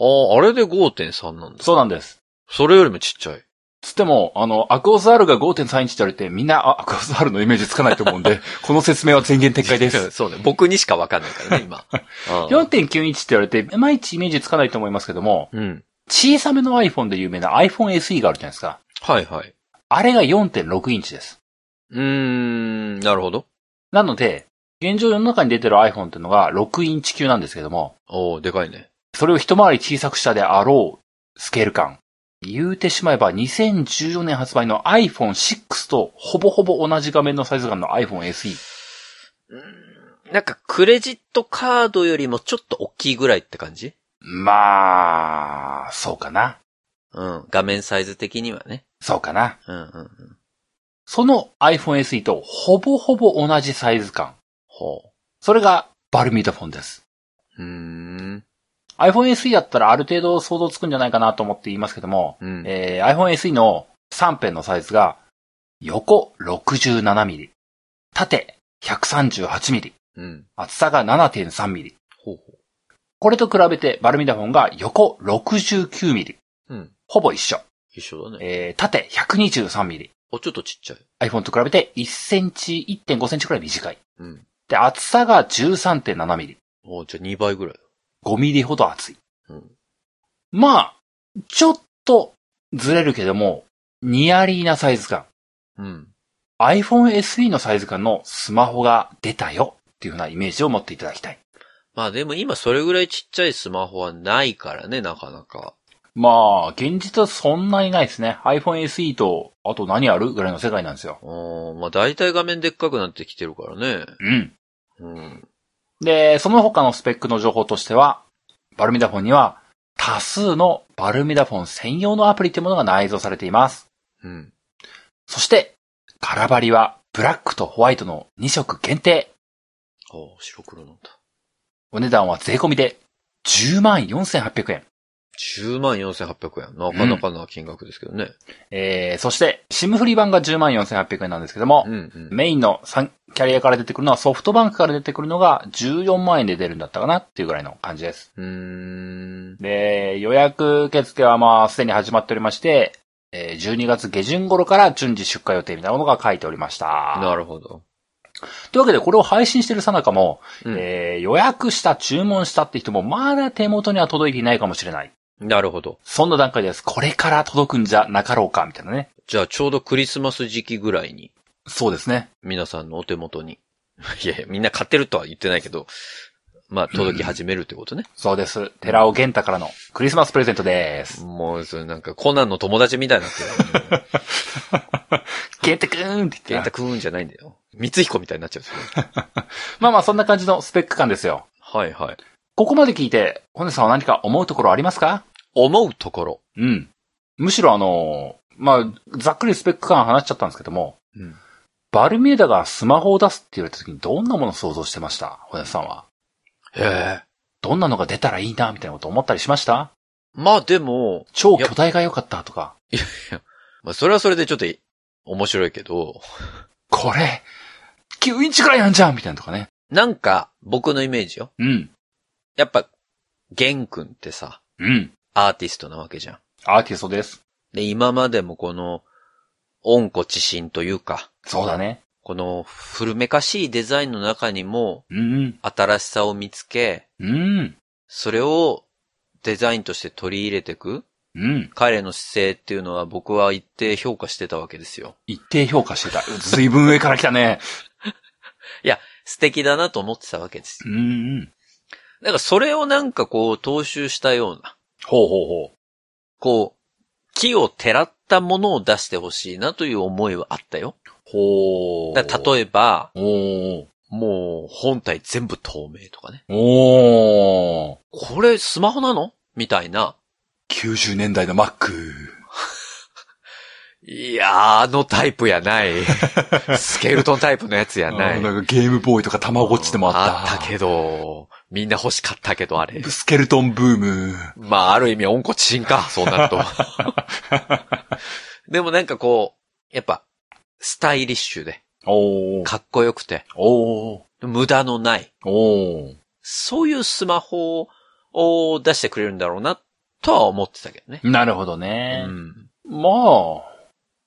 Speaker 1: あ、あれで5.3なんだ。
Speaker 2: そうなんです。
Speaker 1: それよりもちっちゃい。
Speaker 2: つっても、あの、アクオス R が5.3インチって言われて、みんな、あアクオス R のイメージつかないと思う んで、この説明は全言撤回です。
Speaker 1: そうね。僕にしかわかんないからね、 今。うん
Speaker 2: 4.9インチって言われて、いまいちイメージつかないと思いますけども、
Speaker 1: うん。
Speaker 2: 小さめの iPhone で有名な iPhone SE があるじゃないですか。
Speaker 1: はいはい。
Speaker 2: あれが4.6インチです。
Speaker 1: うーん、なるほど。
Speaker 2: なので、現状世の中に出てる iPhone っていうのが6インチ級なんですけども、
Speaker 1: おー、でかいね。
Speaker 2: それを一回り小さくしたであろうスケール感。言うてしまえば2014年発売の iPhone6 とほぼほぼ同じ画面のサイズ感の iPhone SE。
Speaker 1: なんか、クレジットカードよりもちょっと大きいぐらいって感じ
Speaker 2: まあ、そうかな。
Speaker 1: うん。画面サイズ的にはね。
Speaker 2: そうかな。
Speaker 1: うんうんうん。
Speaker 2: その iPhone SE とほぼほぼ同じサイズ感。
Speaker 1: ほ
Speaker 2: それがバルミューダフォンです。
Speaker 1: う。うーん。
Speaker 2: iPhone SE だったらある程度想像つくんじゃないかなと思って言いますけども、
Speaker 1: うん。
Speaker 2: えー iPhone SE の3辺のサイズが、横 67mm、縦 138mm、
Speaker 1: うん。
Speaker 2: 厚さが 7.3mm。
Speaker 1: ほうほ
Speaker 2: これと比べてバルミダフォンが横 69mm、
Speaker 1: う。うん。
Speaker 2: ほぼ一緒。
Speaker 1: 一緒だね。
Speaker 2: えー縦 123mm。
Speaker 1: お、ちょっとちっちゃい。
Speaker 2: iPhone と比べて1センチ、1.5センチくらい短い。
Speaker 1: うん。
Speaker 2: で、厚さが 13.7mm。
Speaker 1: おじゃあ2倍ぐらい。
Speaker 2: 5mm ほど厚い。
Speaker 1: うん。
Speaker 2: まあ、ちょっとずれるけども、ニアリーなサイズ感。
Speaker 1: うん。
Speaker 2: iPhone SE のサイズ感のスマホが出たよっていうふうなイメージを持っていただきたい。
Speaker 1: まあでも今それぐらいちっちゃいスマホはないからね、なかなか。
Speaker 2: まあ、現実はそんなにないですね。iPhone SE と、あと何あるぐらいの世界なんですよ。
Speaker 1: うん。まあ大体画面でっかくなってきてるからね。
Speaker 2: うん。
Speaker 1: うん。
Speaker 2: で、その他のスペックの情報としては、バルミダフォンには、多数のバルミダフォン専用のアプリというものが内蔵されています。
Speaker 1: うん。
Speaker 2: そして、カラバリは、ブラックとホワイトの2色限定。
Speaker 1: お白黒なんだ。
Speaker 2: お値段は税込みで、104,800円。
Speaker 1: 14,800円。なかなかな金額ですけどね。
Speaker 2: えー、そして、シムフリー版が14,800円なんですけども
Speaker 1: うん、、うん。
Speaker 2: メインのサンキャリアから出てくるのはソフトバンクから出てくるのが14万円で出るんだったかなっていうぐらいの感じです。
Speaker 1: うーん。
Speaker 2: で、予約受付はまあすでに始まっておりまして、えー12月下旬頃から順次出荷予定みたいなものが書いておりました。
Speaker 1: なるほど。
Speaker 2: というわけでこれを配信してるさなかも、
Speaker 1: うん
Speaker 2: えー予約した、注文したって人もまだ手元には届いていないかもしれない。
Speaker 1: なるほど。
Speaker 2: そんな段階です。これから届くんじゃなかろうか、みたいなね。
Speaker 1: じゃあちょうどクリスマス時期ぐらいに、
Speaker 2: そうですね。
Speaker 1: 皆さんのお手元に。 いやいや、みんな買ってるとは言ってないけど、まあ届き始めるってことね。
Speaker 2: そうです。寺尾玄太からのクリスマスプレゼントです。
Speaker 1: もう、それなんかコナンの友達みたいになってる。
Speaker 2: 玄太くーんって
Speaker 1: ゲ
Speaker 2: 言
Speaker 1: ン
Speaker 2: っ
Speaker 1: タ
Speaker 2: て。
Speaker 1: クーンじゃないんだよ。 光彦みたいになっちゃう。
Speaker 2: まあまあそんな感じのスペック感ですよ。
Speaker 1: はいはい。
Speaker 2: ここまで聞いて、本音さんは何か思うところありますか
Speaker 1: 思うところ。
Speaker 2: うん。むしろあのーまあ、ざっくりスペック感話しちゃったんですけども、
Speaker 1: うん。
Speaker 2: バルミューダがスマホを出すって言われた時にどんなものを想像してました本音さんは。
Speaker 1: へえ。
Speaker 2: どんなのが出たらいいなみたいなこと思ったりしました
Speaker 1: まあでも、
Speaker 2: 超巨大が良かったとか、
Speaker 1: まあそれはそれでちょっと面白いけど、
Speaker 2: これ、9インチくらいなんじゃんみたいなとかね。
Speaker 1: なんか僕のイメージよ。
Speaker 2: うん。
Speaker 1: やっぱ、ゲン君ってさ、
Speaker 2: うん。
Speaker 1: アーティストなわけじゃん。
Speaker 2: アーティストです。
Speaker 1: で、今までもこの、温故知新というか、
Speaker 2: そうだね。
Speaker 1: この古めかしいデザインの中にも
Speaker 2: うん
Speaker 1: 新しさを見つけ、
Speaker 2: うん。うん。
Speaker 1: それをデザインとして取り入れていく
Speaker 2: うん。
Speaker 1: 彼の姿勢っていうのは僕は一定評価してたわけですよ。
Speaker 2: 一定評価してた。随分上から来たね。
Speaker 1: 素敵だなと思ってたわけです。
Speaker 2: うんうん。
Speaker 1: だからそれをなんかこう踏襲したような、
Speaker 2: ほうほうほ
Speaker 1: こう、木をてらったものを出してほしいなという思いはあったよ。
Speaker 2: う。ほう。
Speaker 1: だから例えば、
Speaker 2: おー。
Speaker 1: もう本体全部透明とかね。
Speaker 2: おー。
Speaker 1: これスマホなのみたいな。
Speaker 2: 90年代のマック。
Speaker 1: いやー、あのタイプや ない。スケルトンタイプのやつやな
Speaker 2: あ
Speaker 1: い。
Speaker 2: のんかゲームボーイとかたま
Speaker 1: あったけど、みんな欲しかったけど、あれ。
Speaker 2: スケルトンブーム。
Speaker 1: まあ、ある意味、温故知新か、そうなると。 でもなんかこう、やっぱ、スタイリッシュで、
Speaker 2: おー。
Speaker 1: かっこよくて、
Speaker 2: おー。
Speaker 1: 無駄のない、
Speaker 2: おー。
Speaker 1: そういうスマホを出してくれるんだろうな、とは思ってたけどね。
Speaker 2: なるほど
Speaker 1: う
Speaker 2: ね。
Speaker 1: ん。
Speaker 2: まあ、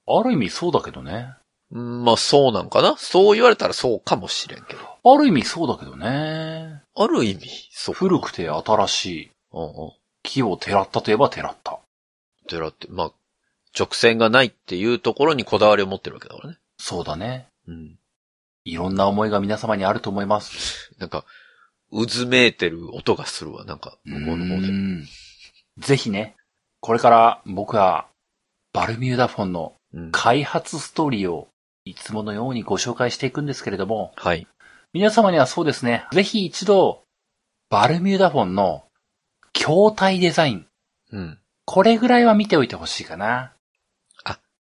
Speaker 2: ある意味そうだけどね。
Speaker 1: うんまあそうなんかなそう言われたらそうかもしれんけど。
Speaker 2: ある意味そうだけどね。
Speaker 1: ある意味、そう。
Speaker 2: 古くて新しい。
Speaker 1: うんうん。
Speaker 2: 木をてらったといえばてらった。
Speaker 1: 寺って、まあ、直線がないっていうところにこだわりを持ってるわけだからね。
Speaker 2: そうだね。
Speaker 1: うん。
Speaker 2: いろんな思いが皆様にあると思います。
Speaker 1: なんか、うずめいてる音がするわ、なんか、向こうの方
Speaker 2: う
Speaker 1: で。
Speaker 2: んぜひね、これから僕はバルミューダフォンの
Speaker 1: うん。
Speaker 2: 開発ストーリーをいつものようにご紹介していくんですけれども、
Speaker 1: はい。
Speaker 2: 皆様にはそうですね、ぜひ一度、バルミューダフォンの筐体デザイン、
Speaker 1: うん。
Speaker 2: これぐらいは見ておいてほしいかな。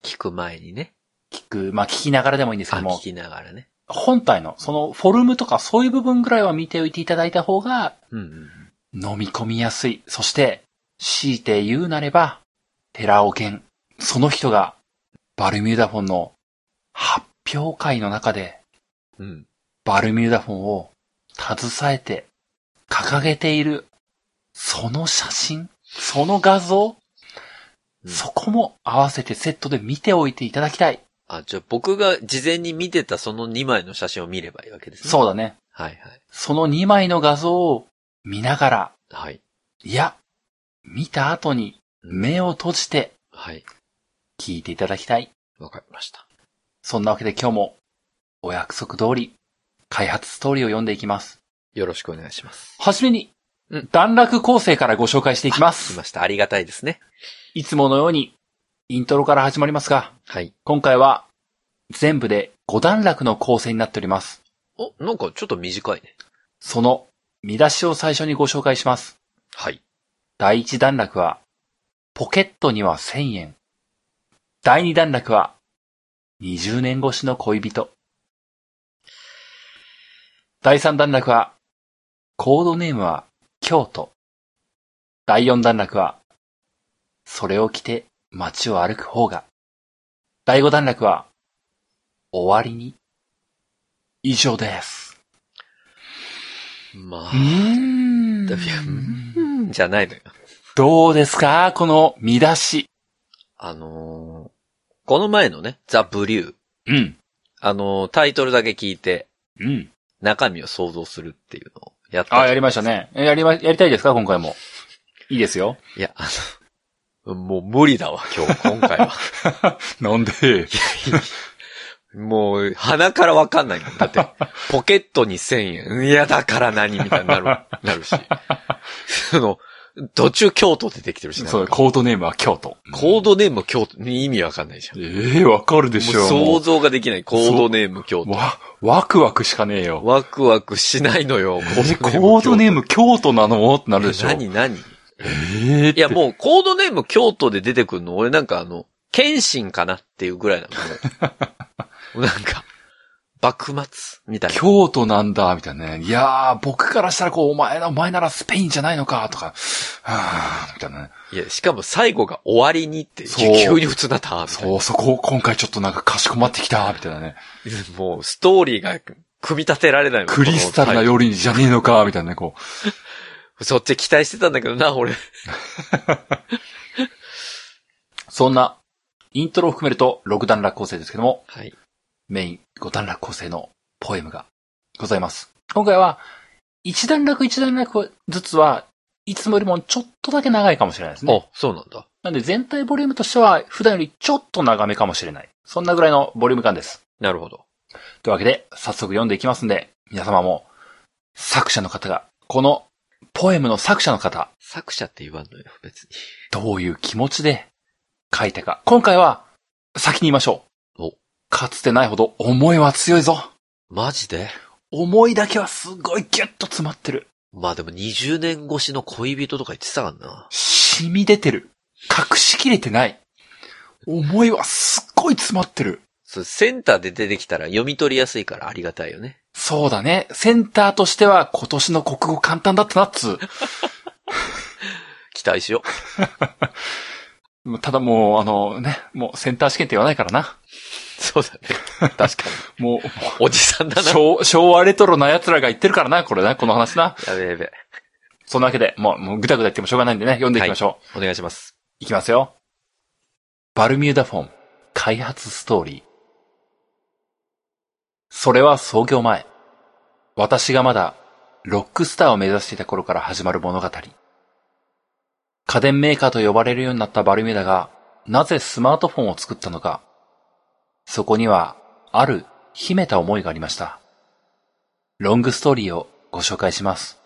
Speaker 1: 聞く前にね。
Speaker 2: 聞く、まあ聞きながらでもいいんですけ
Speaker 1: あ、
Speaker 2: ども
Speaker 1: 聞、きながらね。
Speaker 2: 本体のそのフォルムとかそういう部分ぐらいは見ておいていただいた方が
Speaker 1: うんうん。
Speaker 2: 飲み込みやすい。そして、強いて言うなれば、寺尾健、その人が、バルミューダフォンの発表会の中で、
Speaker 1: うん。
Speaker 2: バルミューダフォンを携えて、掲げている、その写真、その画像、
Speaker 1: うん
Speaker 2: そこも合わせてセットで見ておいていただきたい。
Speaker 1: あ、じゃあ僕が事前に見てたその2枚の写真を見ればいいわけですね。う。
Speaker 2: そうだね。
Speaker 1: はいはい。
Speaker 2: その2枚の画像を見ながら、
Speaker 1: はい。
Speaker 2: いや、見た後に目を閉じて
Speaker 1: はい。
Speaker 2: 聞いていただきたい。
Speaker 1: わかりました。
Speaker 2: そんなわけで今日もお約束通り開発ストーリーを読んでいきます。
Speaker 1: よろしくお願いします。
Speaker 2: はじめに
Speaker 1: うん、
Speaker 2: 段落構成からご紹介していきま
Speaker 1: 来
Speaker 2: す。
Speaker 1: ました。ありがたいですね。
Speaker 2: いつものようにイントロから始まりますが、
Speaker 1: はい。
Speaker 2: 今回は全部で5段落の構成になっております。
Speaker 1: お、なんかちょっと短いね。
Speaker 2: その見出しを最初にご紹介します。
Speaker 1: はい。
Speaker 2: 第1段落は、ポケットには1000円。第2段落は、20年越しの恋人。第3段落は、コードネームは京都。第4段落は、それを着て街を歩く方が。第5段落は、終わりに。以上です。
Speaker 1: ま
Speaker 2: うー
Speaker 1: あ、
Speaker 2: ん
Speaker 1: だいやうんじゃないのよ。
Speaker 2: どうですかこの見出し。
Speaker 1: あのーこの前のね、ザ・ブリュー。
Speaker 2: うん。
Speaker 1: あのータイトルだけ聞いて、
Speaker 2: うん。
Speaker 1: 中身を想像するっていうのをやった。
Speaker 2: あ、やりましたね。えやりま、やりたいですか今回も。いいですよ。
Speaker 1: いや、あの、もう無理だわ、今日、今回は。
Speaker 2: なんで
Speaker 1: もう、鼻からわかんないもん。だ って、ポケットに1000円。いや、だから何みたいになる、なるし。 その、途中京都出てきてるし、ね、
Speaker 2: そう、コードネームは京都。
Speaker 1: コードネーム京都、意味わかんないじゃん。
Speaker 2: ええわかるでしょ
Speaker 1: もう
Speaker 2: も
Speaker 1: 想像ができない、コードネーム京
Speaker 2: う
Speaker 1: 都。
Speaker 2: わ、ワクワクしかねえよ。
Speaker 1: ワクワクしないのよ、コ
Speaker 2: え、コードネーム京都なのってなるでしょ。
Speaker 1: 何何い
Speaker 2: ええって
Speaker 1: や、もうコードネーム京都で出てくるの、俺なんかあの、謙信かなっていうぐらいなの。もうなんか、幕末みたいな。
Speaker 2: 京都なんだ、みたいなね。いやー、僕からしたらこう、お前な、お前ならスペインじゃないのか、とか、はーみたいなね。
Speaker 1: いや、しかも最後が終わりにって、
Speaker 2: そう
Speaker 1: 急に普通なったみたい
Speaker 2: そう、そこ、今回ちょっとなんかかしこまってきた、みたいなね。
Speaker 1: な。もう、ストーリーが組み立てられないわ
Speaker 2: クリスタルな。
Speaker 1: この
Speaker 2: 夜にじゃねえのか、みたいなね、こう。
Speaker 1: はいそっち期待してたんだけどな、俺。
Speaker 2: そんな、イントロを含めると6段落構成ですけども、
Speaker 1: はい。
Speaker 2: メイン5段落構成のポエムがございます。今回は、1段落1段落ずつは、いつもよりもちょっとだけ長いかもしれないですね。
Speaker 1: あ、そうなんだ。
Speaker 2: なんで全体ボリュームとしては、普段よりちょっと長めかもしれない。そんなぐらいのボリューム感です。
Speaker 1: なるほど。
Speaker 2: というわけで、早速読んでいきますんで、皆様も、作者の方が、このポエムの作者の方、
Speaker 1: 作者って言わんのよ、別に。
Speaker 2: どういう気持ちで書いたか。今回は、先に言いましょう
Speaker 1: お。
Speaker 2: かつてないほど思いは強いぞ。
Speaker 1: マジで
Speaker 2: 思いだけはすごいギュッと詰まってる。
Speaker 1: まあでも20年越しの恋人とか言ってたからな。
Speaker 2: 染み出てる。隠しきれてない。思いはすっごい詰まってる。
Speaker 1: そう、センターで出てきたら読み取りやすいからありがたいよね。
Speaker 2: そうだね。センターとしては今年の国語簡単だったなっつう
Speaker 1: 期待しよ
Speaker 2: もう。ただもう、あのね、もうセンター試験って言わないからな。
Speaker 1: う。そうだね。確か
Speaker 2: も
Speaker 1: に。おじさんだ
Speaker 2: う、
Speaker 1: な。
Speaker 2: 昭昭和レトロな奴らが言ってるからな、これな、この話な。
Speaker 1: やべえやべえ。
Speaker 2: そんなわけで、もう、もうぐだぐだ言ってもしょうがないんでね、読んでいきましょう。
Speaker 1: お願いします。
Speaker 2: いきますよ。バルミューダフォン、開発ストーリー。それは創業前、私がまだロックスターを目指していた頃から始まる物語。家電メーカーと呼ばれるようになったバルミューダが、なぜスマートフォンを作ったのか。そこには、ある秘めた思いがありました。ロングストーリーをご紹介します。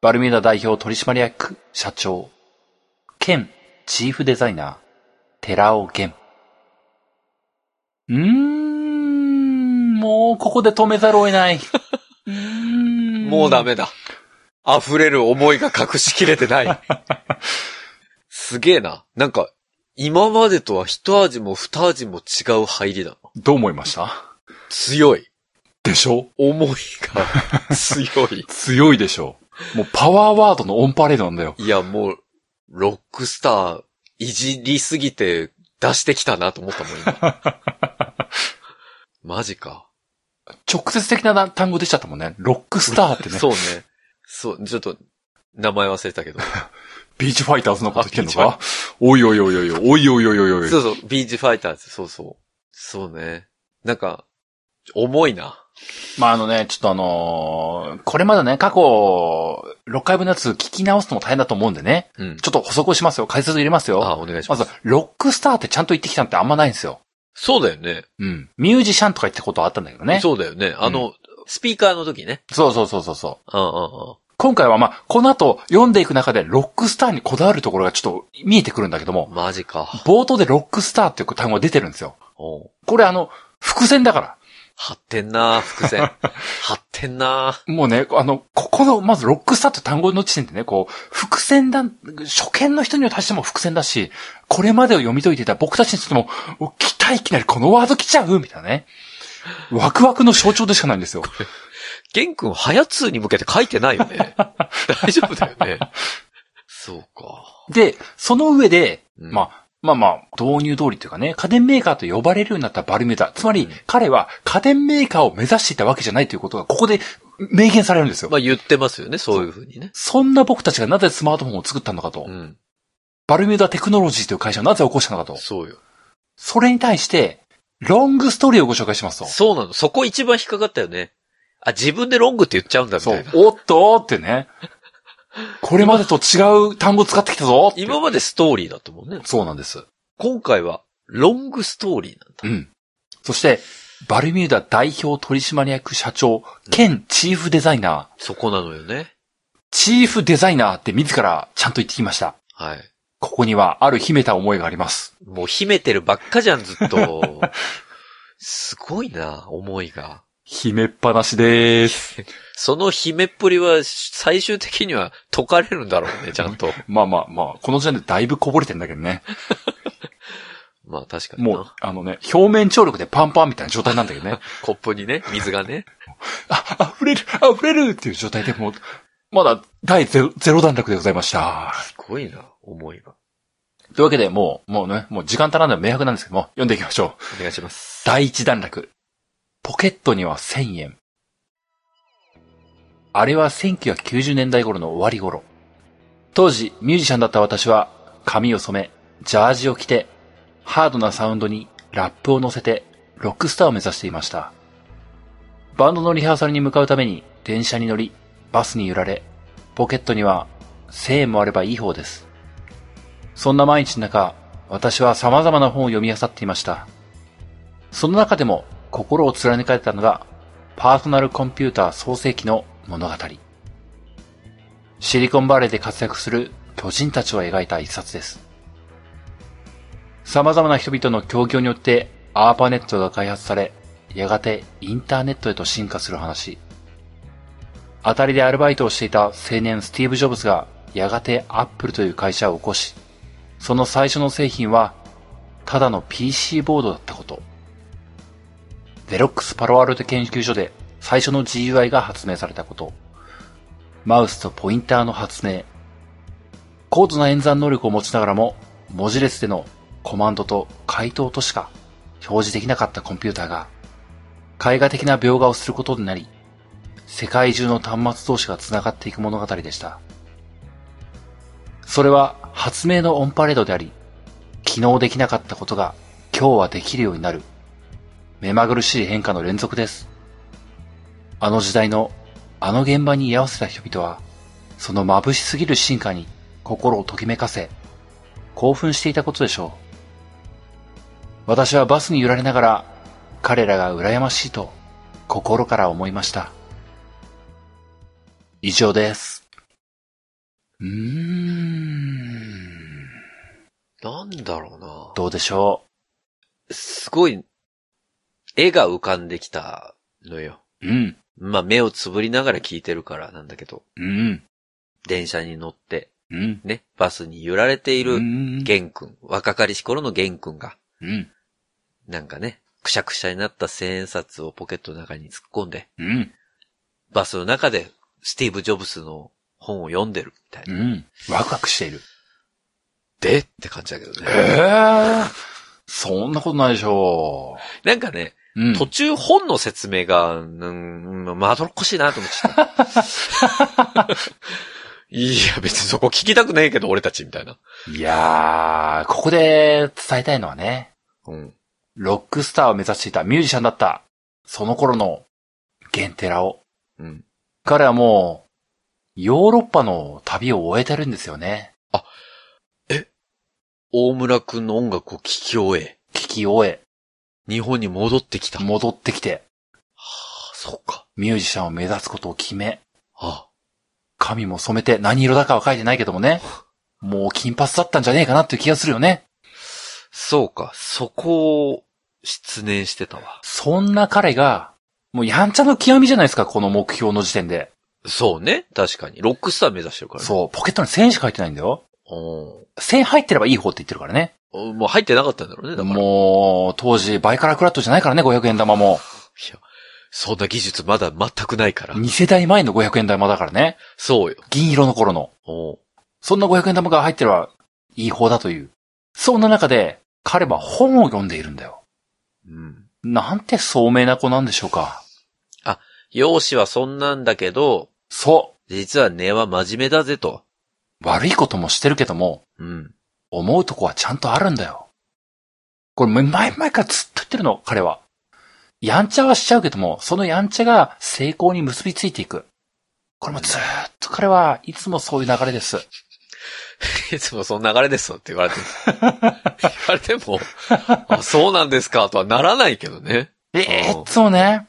Speaker 2: バルミューダ代表取締役社長、兼チーフデザイナー、寺尾玄。うーん、もうここで止めざるを 得ない。うーん
Speaker 1: もうダメだ。溢れる思いが隠しきれてない。 すげえな。なんか、今までとは一味も二味も違う入りだな。
Speaker 2: どう思いました
Speaker 1: 強い。
Speaker 2: でしょ
Speaker 1: 思いが強 い。
Speaker 2: 強いでしょもうパワーワードのオンパレードなんだよ。
Speaker 1: いや、もう、ロックスター、いじりすぎて出してきたなと思ったもん、今。 マジか。
Speaker 2: 直接的な単語出ちゃったもんね。ロックスターってね。
Speaker 1: そうね。そう、ちょっと、名前忘れたけど。
Speaker 2: ビーチファイターズのこと言ってんの
Speaker 1: あビー
Speaker 2: かおいおいおいおいおい、おいおいおいおいおい
Speaker 1: そうそう、ビーチファイターズ、そうそう。そうね。なんか、重いな。
Speaker 2: まあ、あのね、ちょっとあのーこれまでね、過去、6回分のやつ聞き直すのも大変だと思うんでね。
Speaker 1: うん。
Speaker 2: ちょっと補足をしますよ。解説入れますよ。
Speaker 1: あ、お願いしま。
Speaker 2: ますず、ロックスターってちゃんと言ってきたのってあんまないんですよ。
Speaker 1: そうだよね。
Speaker 2: うん。ミュージシャンとか言ったことはあったんだけどね。
Speaker 1: そうだよね。あの、スピーカーの時ね。
Speaker 2: そうそうそうそうそう。
Speaker 1: うんうんうん。
Speaker 2: 今回はまあ、この後読んでいく中でロックスターにこだわるところがちょっと見えてくるんだけども、
Speaker 1: マジか。
Speaker 2: 冒頭でロックスターっていう単語が出てるんですよ。
Speaker 1: おう
Speaker 2: これあの、伏線だから。
Speaker 1: 張ってんな伏 線。張ってんな
Speaker 2: もうね、あの、ここの、まずロックスターって単語の時点でね、こう、伏線だ、初見の人に対しても伏線だし、これまでを読み解いていた僕たちにしても、お来たいきなりこのワード来ちゃうみたいなね。ワクワクの象徴でしかないんですよ。
Speaker 1: 玄君、早通に向けて書いてないよ ね。大丈夫だよね。そうか。
Speaker 2: で、その上で、
Speaker 1: うん
Speaker 2: まあ、まあまあ、導入通りというかね、家電メーカーと呼ばれるようになったバルミューダ。つまり、
Speaker 1: うん
Speaker 2: 彼は家電メーカーを目指していたわけじゃないということが、ここで明言されるんですよ。
Speaker 1: まあ言ってますよね、そういうふうにね。
Speaker 2: そんな僕たちがなぜスマートフォンを作ったのかと、
Speaker 1: うん。
Speaker 2: バルミューダテクノロジーという会社をなぜ起こしたのかと、
Speaker 1: そうよ。
Speaker 2: それに対して、ロングストーリーをご紹介しますと。
Speaker 1: そうなの。そこ一番引っかかったよね。あ、自分でロングって言っちゃうんだみ
Speaker 2: そ
Speaker 1: た
Speaker 2: う
Speaker 1: いな。。
Speaker 2: おっとーってね。これまでと違う単語使ってきたぞって
Speaker 1: 今までストーリーだったもんね。
Speaker 2: そうなんです。
Speaker 1: 今回は、ロングストーリーなんだ。
Speaker 2: うん。そして、バルミューダ代表取締役社長、兼チーフデザイナー、
Speaker 1: そこなのよね。
Speaker 2: チーフデザイナーって自らちゃんと言ってきました。
Speaker 1: はい。
Speaker 2: ここにはある秘めた思いがあります。
Speaker 1: もう秘めてるばっかじゃん、ずっと。 すごいな、思いが。
Speaker 2: 秘めっぱなしでーす。
Speaker 1: その秘めっぷりは、最終的には解かれるんだろうね、ちゃん と。
Speaker 2: まあまあまあ、この時点でだいぶこぼれてんだけどね。
Speaker 1: まあ確かにな。
Speaker 2: もう、あのね、表面張力でパンパンみたいな状態なんだけどね。
Speaker 1: コップにね、水がね。
Speaker 2: あ、溢れる、溢れるっていう状態でもう、まだ第ゼロゼロ段落でございました。
Speaker 1: すごいな、思いが。
Speaker 2: というわけで、もう、もうね、もう時間足らんでも明白なんですけども、読んでいきましょう。
Speaker 1: お願いします。
Speaker 2: 第一段落。ポケットには1000円。あれは1990年代頃の終わり頃。当時、ミュージシャンだった私は、髪を染め、ジャージを着て、ハードなサウンドにラップを乗せて、ロックスターを目指していました。バンドのリハーサルに向かうために、電車に乗り、バスに揺られ、ポケットには1000円もあればいい方です。そんな毎日の中、私は様々な本を読み漁っていました。その中でも心を貫かれたのがパーソナルコンピューター創世記の物語。シリコンバレーで活躍する巨人たちを描いた一冊です。様々な人々の協業によってアーパネットが開発され、やがてインターネットへと進化する話。当たりでアルバイトをしていた青年スティーブ・ジョブズがやがてアップルという会社を起こし、その最初の製品はただの PC ボードだったこと。ゼロックスパロアルト研究所で最初の GUI が発明されたこと。マウスとポインターの発明。高度な演算能力を持ちながらも、文字列でのコマンドと回答としか表示できなかったコンピューターが、絵画的な描画をすることになり、世界中の端末同士が繋がっていく物語でした。それは発明のオンパレードであり、機能できなかったことが今日はできるようになる。目まぐるしい変化の連続です。あの時代の、あの現場に居合わせた人々は、その眩しすぎる進化に心をときめかせ、興奮していたことでしょう。私はバスに揺られながら、彼らが羨ましいと心から思いました。以上です。うーん、
Speaker 1: なんだろうな
Speaker 2: どうでしょ
Speaker 1: すごい、絵が浮かんできたのよ。
Speaker 2: う。うん、
Speaker 1: まあ、目をつぶりながら聞いてるからなんだけど、
Speaker 2: うん、
Speaker 1: 電車に乗って、
Speaker 2: うん。
Speaker 1: ね、バスに揺られている
Speaker 2: うん
Speaker 1: 玄君、若かりし頃の玄君が、
Speaker 2: うん。
Speaker 1: なんかね、くしゃくしゃになった千円札をポケットの中に突っ込んで、
Speaker 2: うん。
Speaker 1: バスの中でスティーブ・ジョブスの本を読んでるみたいうな。
Speaker 2: ん。ワクワクしている。
Speaker 1: でって感じだけど
Speaker 2: え
Speaker 1: ね。
Speaker 2: ーそんなことないでしょ
Speaker 1: なんかね、
Speaker 2: う。うん。
Speaker 1: 途中本の説明が、うん、うんまどろっこしいなと思ってた。いや、別にそこ聞きたくねえけど、俺たちみたいな。
Speaker 2: いやー、ここで伝えたいのはね、
Speaker 1: うん。
Speaker 2: ロックスターを目指していたミュージシャンだった、その頃のゲンテラを。
Speaker 1: うん。
Speaker 2: 彼はもう、ヨーロッパの旅を終えてるんですよね。
Speaker 1: 大村くんの音楽を聴き終え、
Speaker 2: 聞き終え、
Speaker 1: 日本に戻ってきた。あ、
Speaker 2: 戻ってきて、
Speaker 1: そうか。
Speaker 2: ミュージシャンを目指すことを決め、
Speaker 1: あ
Speaker 2: 髪も染めて何色だかは書いてないけどもね、もう金髪だったんじゃねえかなっていう気がするよね。
Speaker 1: そうか。そこを失念してたわ。
Speaker 2: そんな彼が、もうやんちゃの極みじゃないですか、この目標の時点で。
Speaker 1: そうね。確かに。ロックスター目指してるからね。
Speaker 2: そう、ポケットに1000しか入ってないんだよ。
Speaker 1: う
Speaker 2: 1000入ってればいい方って言ってるからね。
Speaker 1: ん。もう入ってなかったんだろうね。だから。い
Speaker 2: もう、当時、バイカラクラットじゃないからね、500円玉も。
Speaker 1: や、そんな技術まだ全くないから。
Speaker 2: 2世代前の500円玉だからね。
Speaker 1: そうよ。
Speaker 2: 銀色の頃の。
Speaker 1: おう
Speaker 2: そんな500円玉が入ってればいい方だという。そんな中で、彼は本を読んでいるんだよ。
Speaker 1: うん。
Speaker 2: なんて聡明な子なんでしょうか。
Speaker 1: 容姿はそんなんだけど、
Speaker 2: そ
Speaker 1: 実は根は真面目だぜと。
Speaker 2: う、悪いこともしてるけども、
Speaker 1: うん。
Speaker 2: 思うとこはちゃんとあるんだよ。これ、前々からずっと言ってるの、彼は。やんちゃはしちゃうけども、そのやんちゃが成功に結びついていく。これもずーっと彼はいつもそういう流れです。
Speaker 1: いつもその流れですよって言われてる。 言われても、あ、そうなんですかとはならないけどね。
Speaker 2: えー、いつもね、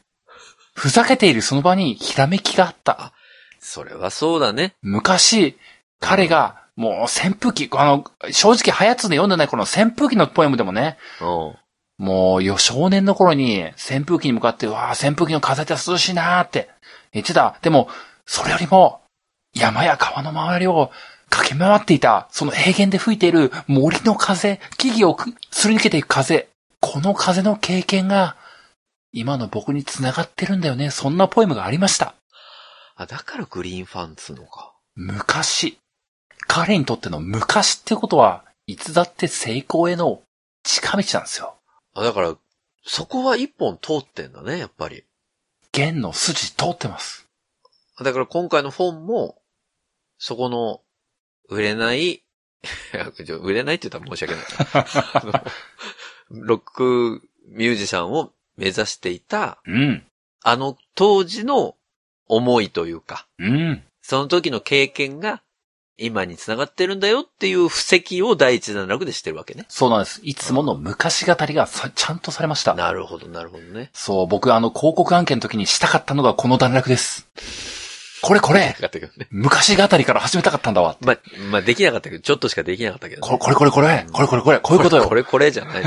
Speaker 2: ふざけているその場にひらめきがあった。
Speaker 1: それはそうだね。
Speaker 2: 昔、彼が、もう扇風機、あの、正直ハヤツの読んでないこの扇風機のポエムでもね、
Speaker 1: うん。
Speaker 2: もうよ、少年の頃に扇風機に向かって、わあ、扇風機の風って涼しいなーって言ってた。でも、それよりも、山や川の周りを駆け回っていた、その平原で吹いている森の風、木々をくすり抜けていく風、この風の経験が、今の僕に繋がってるんだよね。そんなポエムがありました。
Speaker 1: あ、だからグリーンファンつうのか。
Speaker 2: 昔。彼にとっての昔ってことは、いつだって成功への近道なんですよ。
Speaker 1: あ、だから、そこは一本通ってんだね、やっぱり。
Speaker 2: 弦の筋通ってます。
Speaker 1: だから今回の本も、そこの、売れない、い やちょ売れないって言ったら申し訳ない。あのロックミュージシャンを目指していた、
Speaker 2: うん。
Speaker 1: あの当時の思いというか、
Speaker 2: うん。
Speaker 1: その時の経験が今に繋がってるんだよっていう布石を第一段落でしてるわけね。
Speaker 2: そうなんです。いつもの昔語りがさちゃんとされました。
Speaker 1: な るほど、なるほどね。
Speaker 2: そう、僕あの広告案件の時にしたかったのがこの段落です。これこれ
Speaker 1: なかったけどね。
Speaker 2: 昔語りから始めたかったんだわ。
Speaker 1: まあ、まあ、できなかったけど、ちょっとしかできなかったけど、ね。
Speaker 2: これこれこれこれこれこれこれこういうことよ。
Speaker 1: これこれじゃ ない。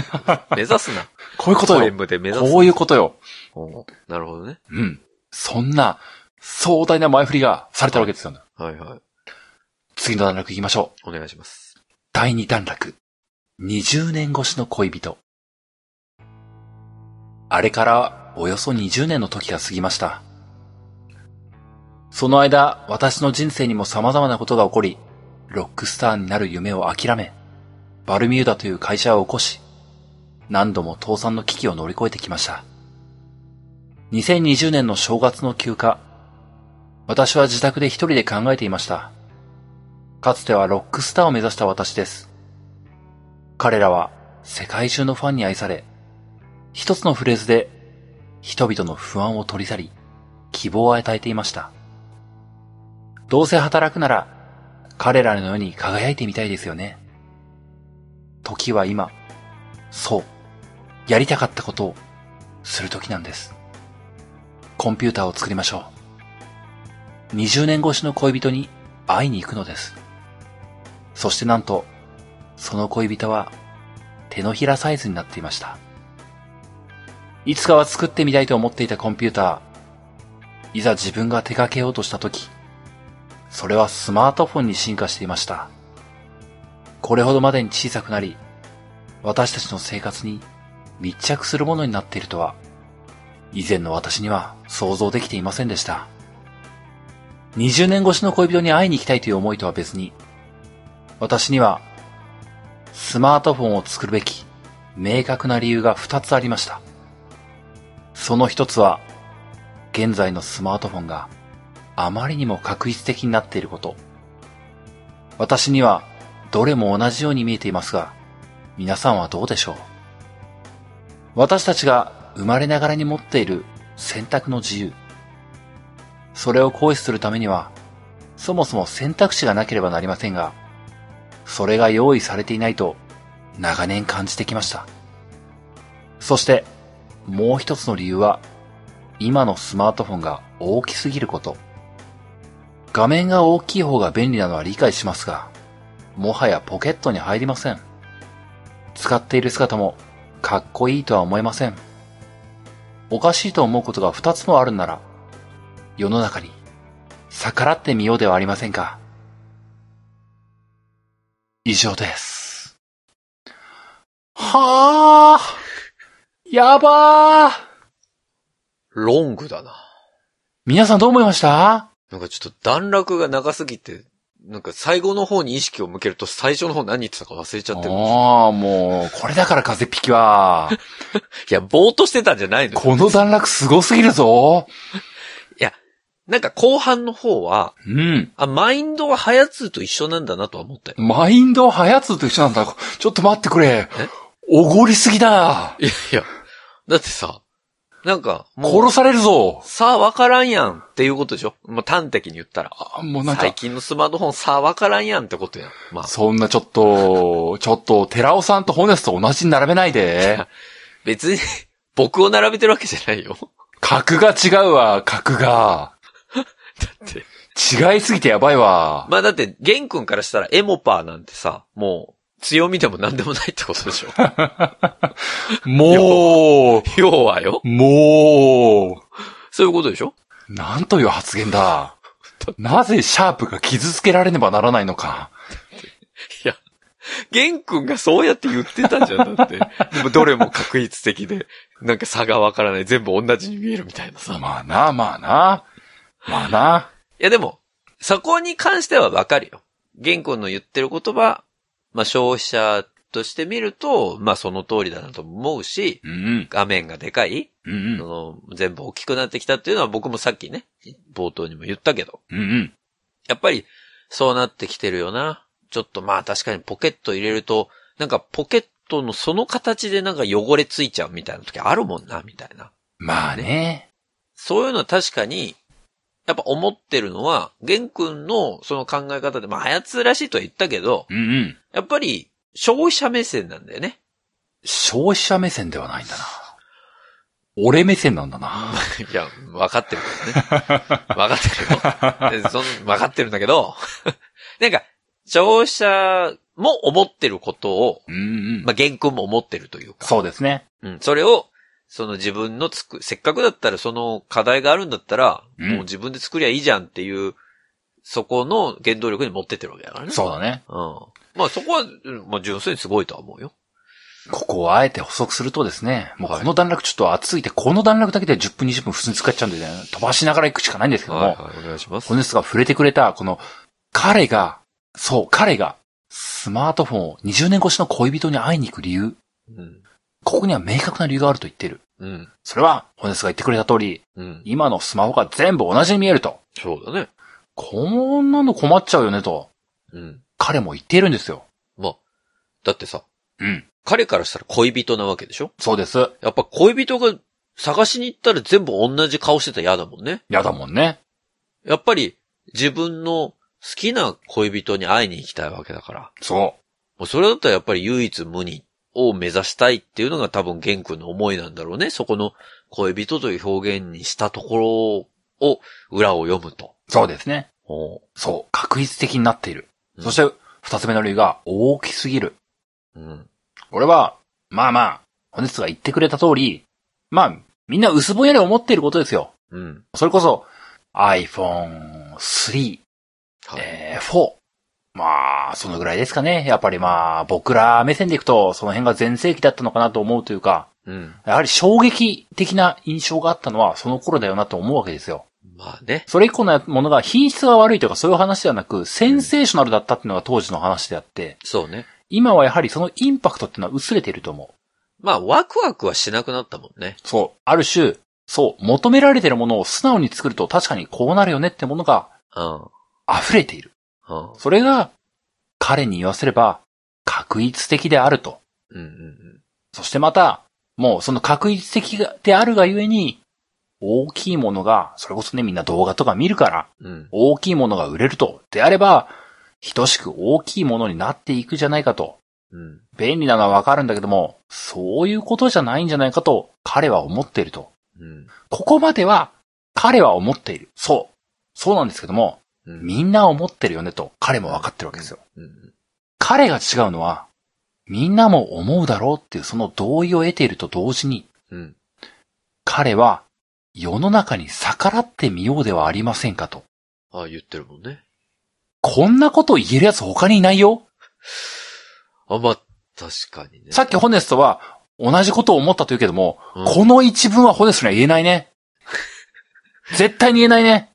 Speaker 1: 目指すな。
Speaker 2: こういうこと
Speaker 1: ポエ
Speaker 2: よ。
Speaker 1: ムで目指すな。
Speaker 2: こういうことよ。
Speaker 1: おなるほどね。
Speaker 2: うん。そんな壮大な前振りがされたわけですよね。
Speaker 1: はいはい。
Speaker 2: 次の段落行きましょう。
Speaker 1: お願いします。
Speaker 2: 第二段落。20年越しの恋人。あれからおよそ20年の時が過ぎました。その間、私の人生にも様々なことが起こり、ロックスターになる夢を諦め、バルミューダという会社を起こし、何度も倒産の危機を乗り越えてきました。2020年の正月の休暇、私は自宅で一人で考えていました。かつてはロックスターを目指した私です。彼らは世界中のファンに愛され、一つのフレーズで人々の不安を取り去り、希望を与えていました。どうせ働くなら、彼らのように輝いてみたいですよね。時は今、そう、やりたかったことをする時なんです。コンピューターを作りましょう。20年越しの恋人に会いに行くのです。そしてなんと、その恋人は手のひらサイズになっていました。いつかは作ってみたいと思っていたコンピューター。いざ自分が手掛けようとしたとき、それはスマートフォンに進化していました。これほどまでに小さくなり、私たちの生活に密着するものになっているとは、以前の私には想像できていませんでした。20年越しの恋人に会いに行きたいという思いとは別に、私には、スマートフォンを作るべき明確な理由が2つありました。その一つは、現在のスマートフォンがあまりにも確率的になっていること。私にはどれも同じように見えていますが、皆さんはどうでしょう私たちが生まれながらに持っている選択の自由。それを行使するためには、そもそも選択肢がなければなりませんが、それが用意されていないと長年感じてきました。そして、もう一つの理由は、今のスマートフォンが大きすぎること。画面が大きい方が便利なのは理解しますが、もはやポケットに入りません。使っている姿もかっこいいとは思えません。おかしいと思うことが二つもあるんなら、世の中に逆らってみようではありませんか。以上です。はあやばー
Speaker 1: ロングだな。
Speaker 2: 皆さんどう思いました
Speaker 1: なんかちょっと段落が長すぎて、なんか最後の方に意識を向けると最初の方何言ってたか忘れちゃってる。い
Speaker 2: ああ、もう、これだから風邪引きは。
Speaker 1: や、ぼーっとしてたんじゃないの
Speaker 2: この段落すごすぎるぞ。
Speaker 1: なんか後半の方は、
Speaker 2: うん。
Speaker 1: あ、マインドはハヤツーと一緒なんだなとは思ったよ。
Speaker 2: マインドはやつと一緒なんだ。ちょっと待ってくれ。おごりすぎだ。
Speaker 1: いやいや、だってさ、なんか、もう
Speaker 2: 殺、されるぞ。
Speaker 1: さあわからんやんっていうことでしょまあ、端的に言ったら。
Speaker 2: あもうなん
Speaker 1: 最
Speaker 2: か、
Speaker 1: 近のスマートフォンさあわからんやんってことやん。まあ、
Speaker 2: そんなちょっと、ちょっと、寺尾さんとホネスと同じに並べないで。
Speaker 1: 別に、 僕を並べてるわけじゃないよ。
Speaker 2: 格が違うわ、格が。
Speaker 1: だって。
Speaker 2: 違いすぎてやばいわ。
Speaker 1: まあだって、ゲン君からしたらエモパーなんてさ、もう、強みでも何でもないってことでしょ。
Speaker 2: も
Speaker 1: 要はよ。
Speaker 2: う、もう。
Speaker 1: そういうことでしょ
Speaker 2: なんという発言だ。なぜシャープが傷つけられねばならないのか。
Speaker 1: いや、ゲン君がそうやって言ってたじゃん、だって。 でもどれも確率的で、なんか差がわからない、全部同じに見えるみたいなさ。い
Speaker 2: まあな、まあな。まあな。
Speaker 1: やでも、そこに関してはわかるよ。ゲン君の言ってる言葉、まあ消費者として見ると、まあその通りだなと思うし、
Speaker 2: うん、
Speaker 1: 画面がでかい、
Speaker 2: うん、う
Speaker 1: そ
Speaker 2: ん、
Speaker 1: の全部大きくなってきたっていうのは僕もさっきね、冒頭にも言ったけど、
Speaker 2: うんうん。
Speaker 1: やっぱりそうなってきてるよな。ちょっとまあ確かにポケット入れると、なんかポケットのその形でなんか汚れついちゃうみたいな時あるもんな、みたいな。
Speaker 2: まあね。
Speaker 1: そういうのは確かに、やっぱ思ってるのは、玄君のその考え方で、まあ、はやつらしいとは言ったけど、
Speaker 2: うん、うん。
Speaker 1: やっぱり消費者目線なんだよね。
Speaker 2: 消費者目線ではないんだな。俺目線なんだな。
Speaker 1: いや、分かってるからね。分かってるよ。でその分かってるんだけど、 なんか、消費者も思ってることを、
Speaker 2: うん、うん。
Speaker 1: まあ、玄君も思ってるというか、
Speaker 2: そうですね。
Speaker 1: うん、それを、その自分のつく、せっかくだったらその課題があるんだったら、
Speaker 2: うん
Speaker 1: もう自分で作りゃいいじゃんっていう、そこの原動力に持ってってるわけだからね。
Speaker 2: そうだね。
Speaker 1: うん。まあそこは、うんまあ純粋にすごいとは思うよ。
Speaker 2: ここをあえて補足するとですね、もう
Speaker 1: はい
Speaker 2: この段落ちょっと熱すぎて、この段落だけで10分20分普通に使っちゃうんでね、飛ばしながら行くしかないんですけども、
Speaker 1: い、お願いしま
Speaker 2: ホネスが触れてくれた、この、彼が、そう、彼が、スマートフォンを20年越しの恋人に会いに行く理由、
Speaker 1: うん。
Speaker 2: ここには明確な理由があると言っている。
Speaker 1: うん。
Speaker 2: それは、ホネスが言ってくれた通り、
Speaker 1: うん。
Speaker 2: 今のスマホが全部同じに見えると。
Speaker 1: そうだね。
Speaker 2: こんなの困っちゃうよねと、
Speaker 1: うん。
Speaker 2: 彼も言っているんですよ。
Speaker 1: まあ、だってさ、
Speaker 2: うん。
Speaker 1: 彼からしたら恋人なわけでしょ
Speaker 2: そうです。
Speaker 1: やっぱ恋人が探しに行ったら全部同じ顔してたら嫌だもんね。
Speaker 2: やだもんね。
Speaker 1: やっぱり自分の好きな恋人に会いに行きたいわけだから。
Speaker 2: そ
Speaker 1: もうそれだったらやっぱり唯一無二を目指したいっていうのが多分玄君の思いなんだろうね。そこの恋人という表現にしたところを裏を読むと。
Speaker 2: う。そうですね。
Speaker 1: おう
Speaker 2: そう。確率的になっている。
Speaker 1: うん
Speaker 2: そして、二つ目の理由が大きすぎる。
Speaker 1: うん。
Speaker 2: これは、まあまあ、本日が言ってくれた通り、まあ、みんな薄ぼんやり思っていることですよ。
Speaker 1: うん。
Speaker 2: それこそ、iPhone 3、
Speaker 1: はい。
Speaker 2: えー、4。まあ、そのぐらいですかね。やっぱりまあ、僕ら目線でいくと、その辺が全盛期だったのかなと思うというか、
Speaker 1: うん。
Speaker 2: やはり衝撃的な印象があったのは、その頃だよなと思うわけですよ。
Speaker 1: まあね。
Speaker 2: それ以降のものが品質が悪いとかそういう話ではなく、センセーショナルだったっていうのが当時の話であって、
Speaker 1: そうね。
Speaker 2: 今はやはりそのインパクトっていうのは薄れていると思う。
Speaker 1: まあワクワクはしなくなったもんね。
Speaker 2: そう。ある種、そう、求められているものを素直に作ると確かにこうなるよねってものが
Speaker 1: うん。
Speaker 2: 溢れている。
Speaker 1: うん。
Speaker 2: それが、彼に言わせれば、確一的であると。
Speaker 1: うんうん
Speaker 2: そしてまた、もうその確一的であるがゆえに、大きいものが、それこそね、みんな動画とか見るから、
Speaker 1: うん。うん。
Speaker 2: 大きいものが売れると。であれば、等しく大きいものになっていくじゃないかと。
Speaker 1: うん。
Speaker 2: 便利なのはわかるんだけども、そういうことじゃないんじゃないかと、彼は思っていると。
Speaker 1: うん。
Speaker 2: ここまでは、彼は思っている。そう。そうなんですけども、
Speaker 1: うん。
Speaker 2: みんな思ってるよねと、彼もわかってるわけですよ。
Speaker 1: うん。
Speaker 2: 彼が違うのは、みんなも思うだろうっていうその同意を得ていると同時に、
Speaker 1: うん。
Speaker 2: 彼は、世の中に逆らってみようではありませんかと。
Speaker 1: ああ、言ってるもんね。
Speaker 2: こんなことを言える奴他にいないよ。
Speaker 1: あ、まあ、確かにね。
Speaker 2: さっきホネストは、同じことを思ったと言うけども、
Speaker 1: うん
Speaker 2: この一文はホネストには言えない ね。絶対に言えないね。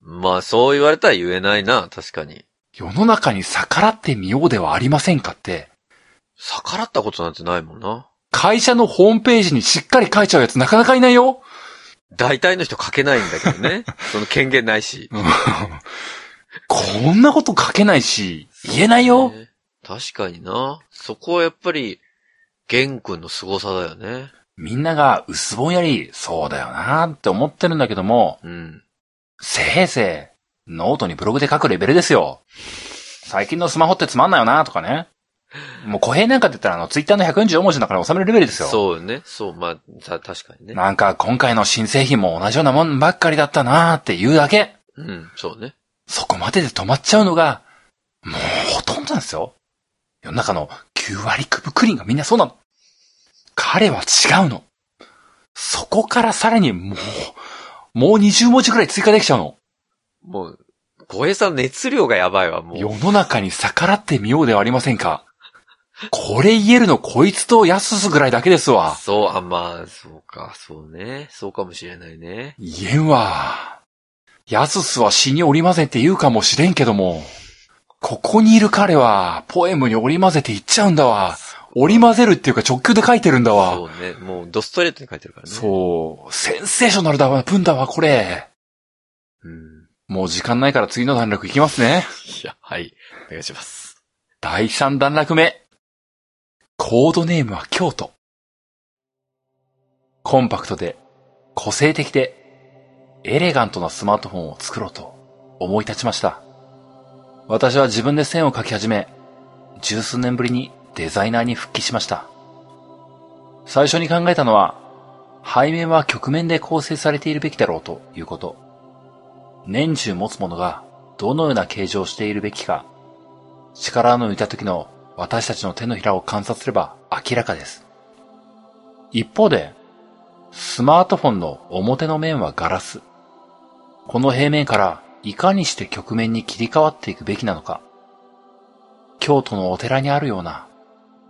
Speaker 1: まあ、そう言われたら言えないな、確かに。
Speaker 2: 世の中に逆らってみようではありませんかって、
Speaker 1: 逆らったことなんてないもんな。
Speaker 2: 会社のホームページにしっかり書いちゃうやつなかなかいないよ。
Speaker 1: 大体の人書けないんだけど ね。その権限ないし。
Speaker 2: こんなこと書けないし、言えないよ。
Speaker 1: ね確かにな。そこはやっぱり、玄君の凄さだよね。
Speaker 2: みんなが薄ぼんやり、そうだよなって思ってるんだけども、
Speaker 1: うん。
Speaker 2: せいぜい、ノートにブログで書くレベルですよ。最近のスマホってつまんないよなとかね。もう小平なんかって言ったらあの、ツイッターの144文字の中に収めるレベルですよ。
Speaker 1: そうよね。そう、まあ、た、確かにね。
Speaker 2: なんか今回の新製品も同じようなもんばっかりだったなっていうだけ。
Speaker 1: うん、そうね。
Speaker 2: そこまでで止まっちゃうのが、もうほとんどなんですよ。世の中の9割クブクリンがみんなそうなの。彼は違うの。そこからさらにもう、もう20文字くらい追加できちゃうの。
Speaker 1: もう、小平さん熱量がやばいわ、もう。
Speaker 2: 世の中に逆らってみようではありませんか。これ言えるのこいつとやすすぐらいだけですわ。
Speaker 1: そう、あ、まあ、そうか、そうね。そうかもしれないね。
Speaker 2: 言えんわ。やすすは死におりまぜって言うかもしれんけども、ここにいる彼は、ポエムに織り混ぜていっちゃうんだわ。織り混ぜるっていうか直球で書いてるんだわ。
Speaker 1: そうね。もう、ドストレートに書いてるからね。う。
Speaker 2: そう。センセーショナルだわ、文だわ、これ。
Speaker 1: うん。
Speaker 2: もう時間ないから次の段落いきますね。
Speaker 1: いや、はい。お願いします。
Speaker 2: 第3段落目。コードネームは京都。コンパクトで、個性的で、エレガントなスマートフォンを作ろうと思い立ちました。私は自分で線を描き始め、十数年ぶりにデザイナーに復帰しました。最初に考えたのは、背面は曲面で構成されているべきだろうということ。年中持つものがどのような形状をしているべきか力の抜いた時の私たちの手のひらを観察すれば明らかです。一方で、スマートフォンの表の面はガラス。この平面からいかにして局面に切り替わっていくべきなのか。京都のお寺にあるような、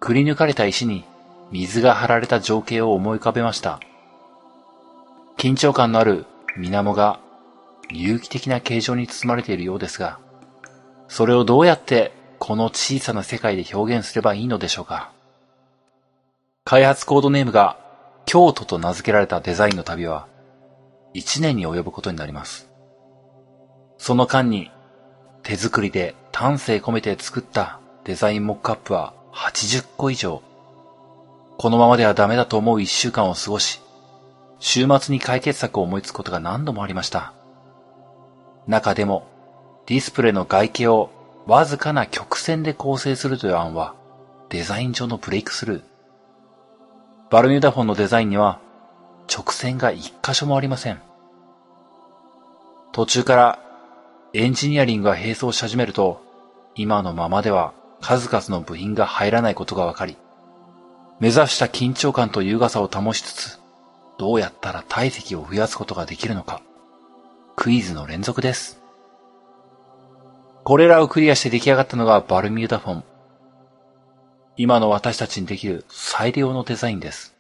Speaker 2: くり抜かれた石に水が張られた情景を思い浮かべました。緊張感のある水面が有機的な形状に包まれているようですが、それをどうやってこの小さな世界で表現すればいいのでしょうか。開発コードネームが京都と名付けられたデザインの旅は1年に及ぶことになります。その間に手作りで丹精込めて作ったデザインモックアップは80個以上。このままではダメだと思う1週間を過ごし、週末に解決策を思いつくことが何度もありました。中でも、ディスプレイの外形をわずかな曲線で構成するという案は、デザイン上のブレイクスルー。バルミューダフォンのデザインには、直線が一箇所もありません。途中からエンジニアリングが並走し始めると、今のままでは数々の部品が入らないことが分かり、目指した緊張感と優雅さを保ちつつ、どうやったら体積を増やすことができるのか、クイズの連続です。これらをクリアして出来上がったのがバルミューダフォン。今の私たちにできる最良のデザインです。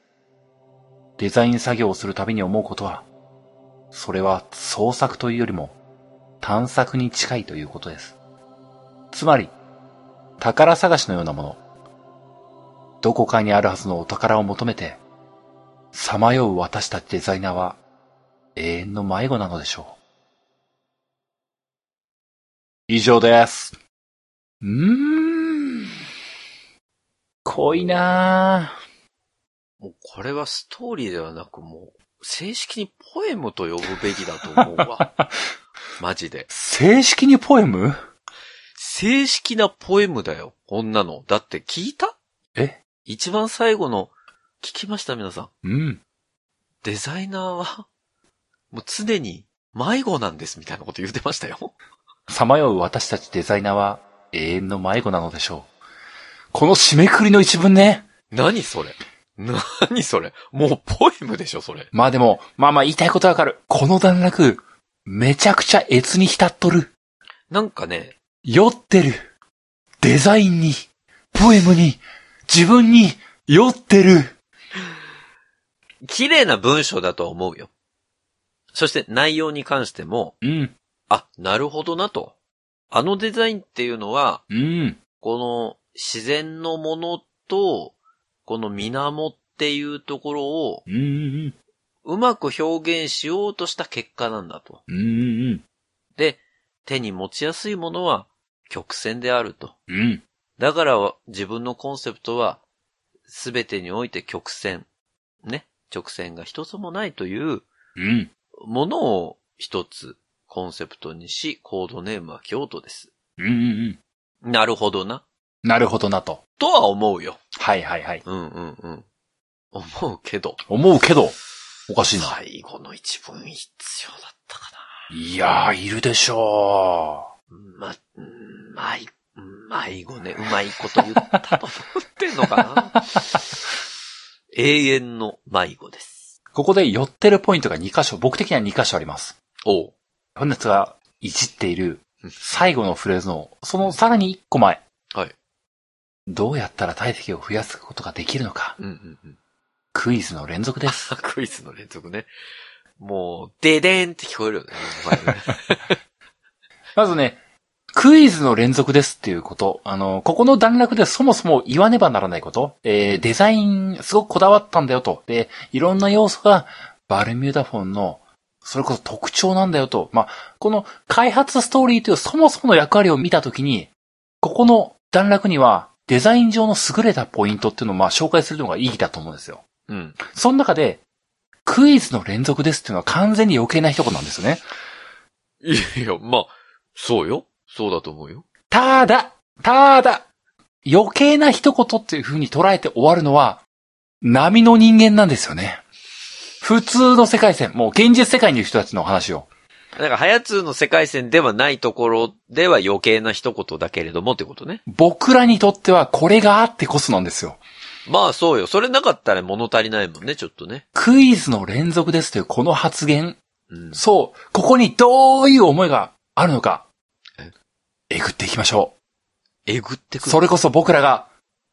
Speaker 2: デザイン作業をするたびに思うことは、それは創作というよりも探索に近いということです。つまり、宝探しのようなもの。どこかにあるはずのお宝を求めて、さまよう私たちデザイナーは永遠の迷子なのでしょう。以上です。うーん。濃いなぁ。
Speaker 1: もうこれはストーリーではなくもう、正式にポエムと呼ぶべきだと思う わ。マジで。
Speaker 2: 正式にポエム
Speaker 1: 正式なポエムだよ、こんなの。だって聞いた
Speaker 2: え
Speaker 1: 一番最後の、聞きました皆さん。
Speaker 2: うん。
Speaker 1: デザイナーは、もう常に迷子なんですみたいなこと言ってましたよ。
Speaker 2: さまよう私たちデザイナーは永遠の迷子なのでしょう。この締めくくりの一文ね。
Speaker 1: 何それ何それもうポエムでしょ、それ。
Speaker 2: まあでも、まあまあ言いたいことはわかる。この段落、めちゃくちゃ越に浸っとる。
Speaker 1: なんかね、
Speaker 2: 酔ってる。デザインに、ポエムに、自分に、酔ってる。
Speaker 1: 綺麗な文章だとは思うよ。そして内容に関しても、
Speaker 2: うん、
Speaker 1: あ、なるほどなと。あのデザインっていうのは、
Speaker 2: うん、
Speaker 1: この自然のものと、この源っていうところを
Speaker 2: うん、うん、
Speaker 1: うまく表現しようとした結果なんだと。
Speaker 2: うん、
Speaker 1: で、手に持ちやすいものは曲線であると。
Speaker 2: うん、
Speaker 1: だから自分のコンセプトは全てにおいて曲線。ね。直線が一つもないという
Speaker 2: うん、
Speaker 1: ものを一つコンセプトにし、コードネームは京都です。
Speaker 2: うん。
Speaker 1: なるほどな。
Speaker 2: なるほどなと。
Speaker 1: とは思うよ。
Speaker 2: はいはいはい。
Speaker 1: うんうんうん。思うけど。
Speaker 2: 思うけど、おかしいな。
Speaker 1: 最後の一文必要だったか
Speaker 2: いやー、いるでしょ
Speaker 1: な。ま、うんまい、うまいごね、うまいこと言ったと思ってんのか な永遠の迷子です。
Speaker 2: う。ここで寄ってるポイントが2箇所、僕的には2箇所あります。
Speaker 1: おう。
Speaker 2: 本日がいじっている最後のフレーズの、そのさらに一個前。
Speaker 1: はい。
Speaker 2: どうやったら体積を増やすことができるのか。
Speaker 1: うんうんうん。
Speaker 2: クイズの連続です。
Speaker 1: クイズの連続ね。もう、ででんって聞こえるよ ね。前ね
Speaker 2: まずね、クイズの連続ですっていうこと。あの、ここの段落でそもそも言わねばならないこと。えー、デザインすごくこだわったんだよと。で、いろんな要素がバルミューダフォンのそれこそ特徴なんだよと。まあ、この開発ストーリーというそもそもの役割を見たときに、ここの段落にはデザイン上の優れたポイントっていうのをまあ紹介するのが意義だと思うんですよ。
Speaker 1: うん。
Speaker 2: その中で、クイズの連続ですっていうのは完全に余計な一言なんですよね。
Speaker 1: いやいや、まあ、そうよ。そうだと思うよ。
Speaker 2: ただ、ただ、余計な一言っていう風に捉えて終わるのは、波の人間なんですよね。普通の世界線、もう現実世界にいる人たちの話を。
Speaker 1: なんか、ハヤツーの世界線ではないところでは余計な一言だけれどもってことね。
Speaker 2: 僕らにとってはこれがあってこそなんですよ。
Speaker 1: まあそうよ。それなかったら物足りないもんね、ちょっとね。
Speaker 2: クイズの連続ですというこの発言。
Speaker 1: うん。
Speaker 2: そう、ここにどういう思いがあるのか
Speaker 1: え。
Speaker 2: えぐっていきましょ
Speaker 1: えぐってく
Speaker 2: う。
Speaker 1: る。
Speaker 2: それこそ僕らが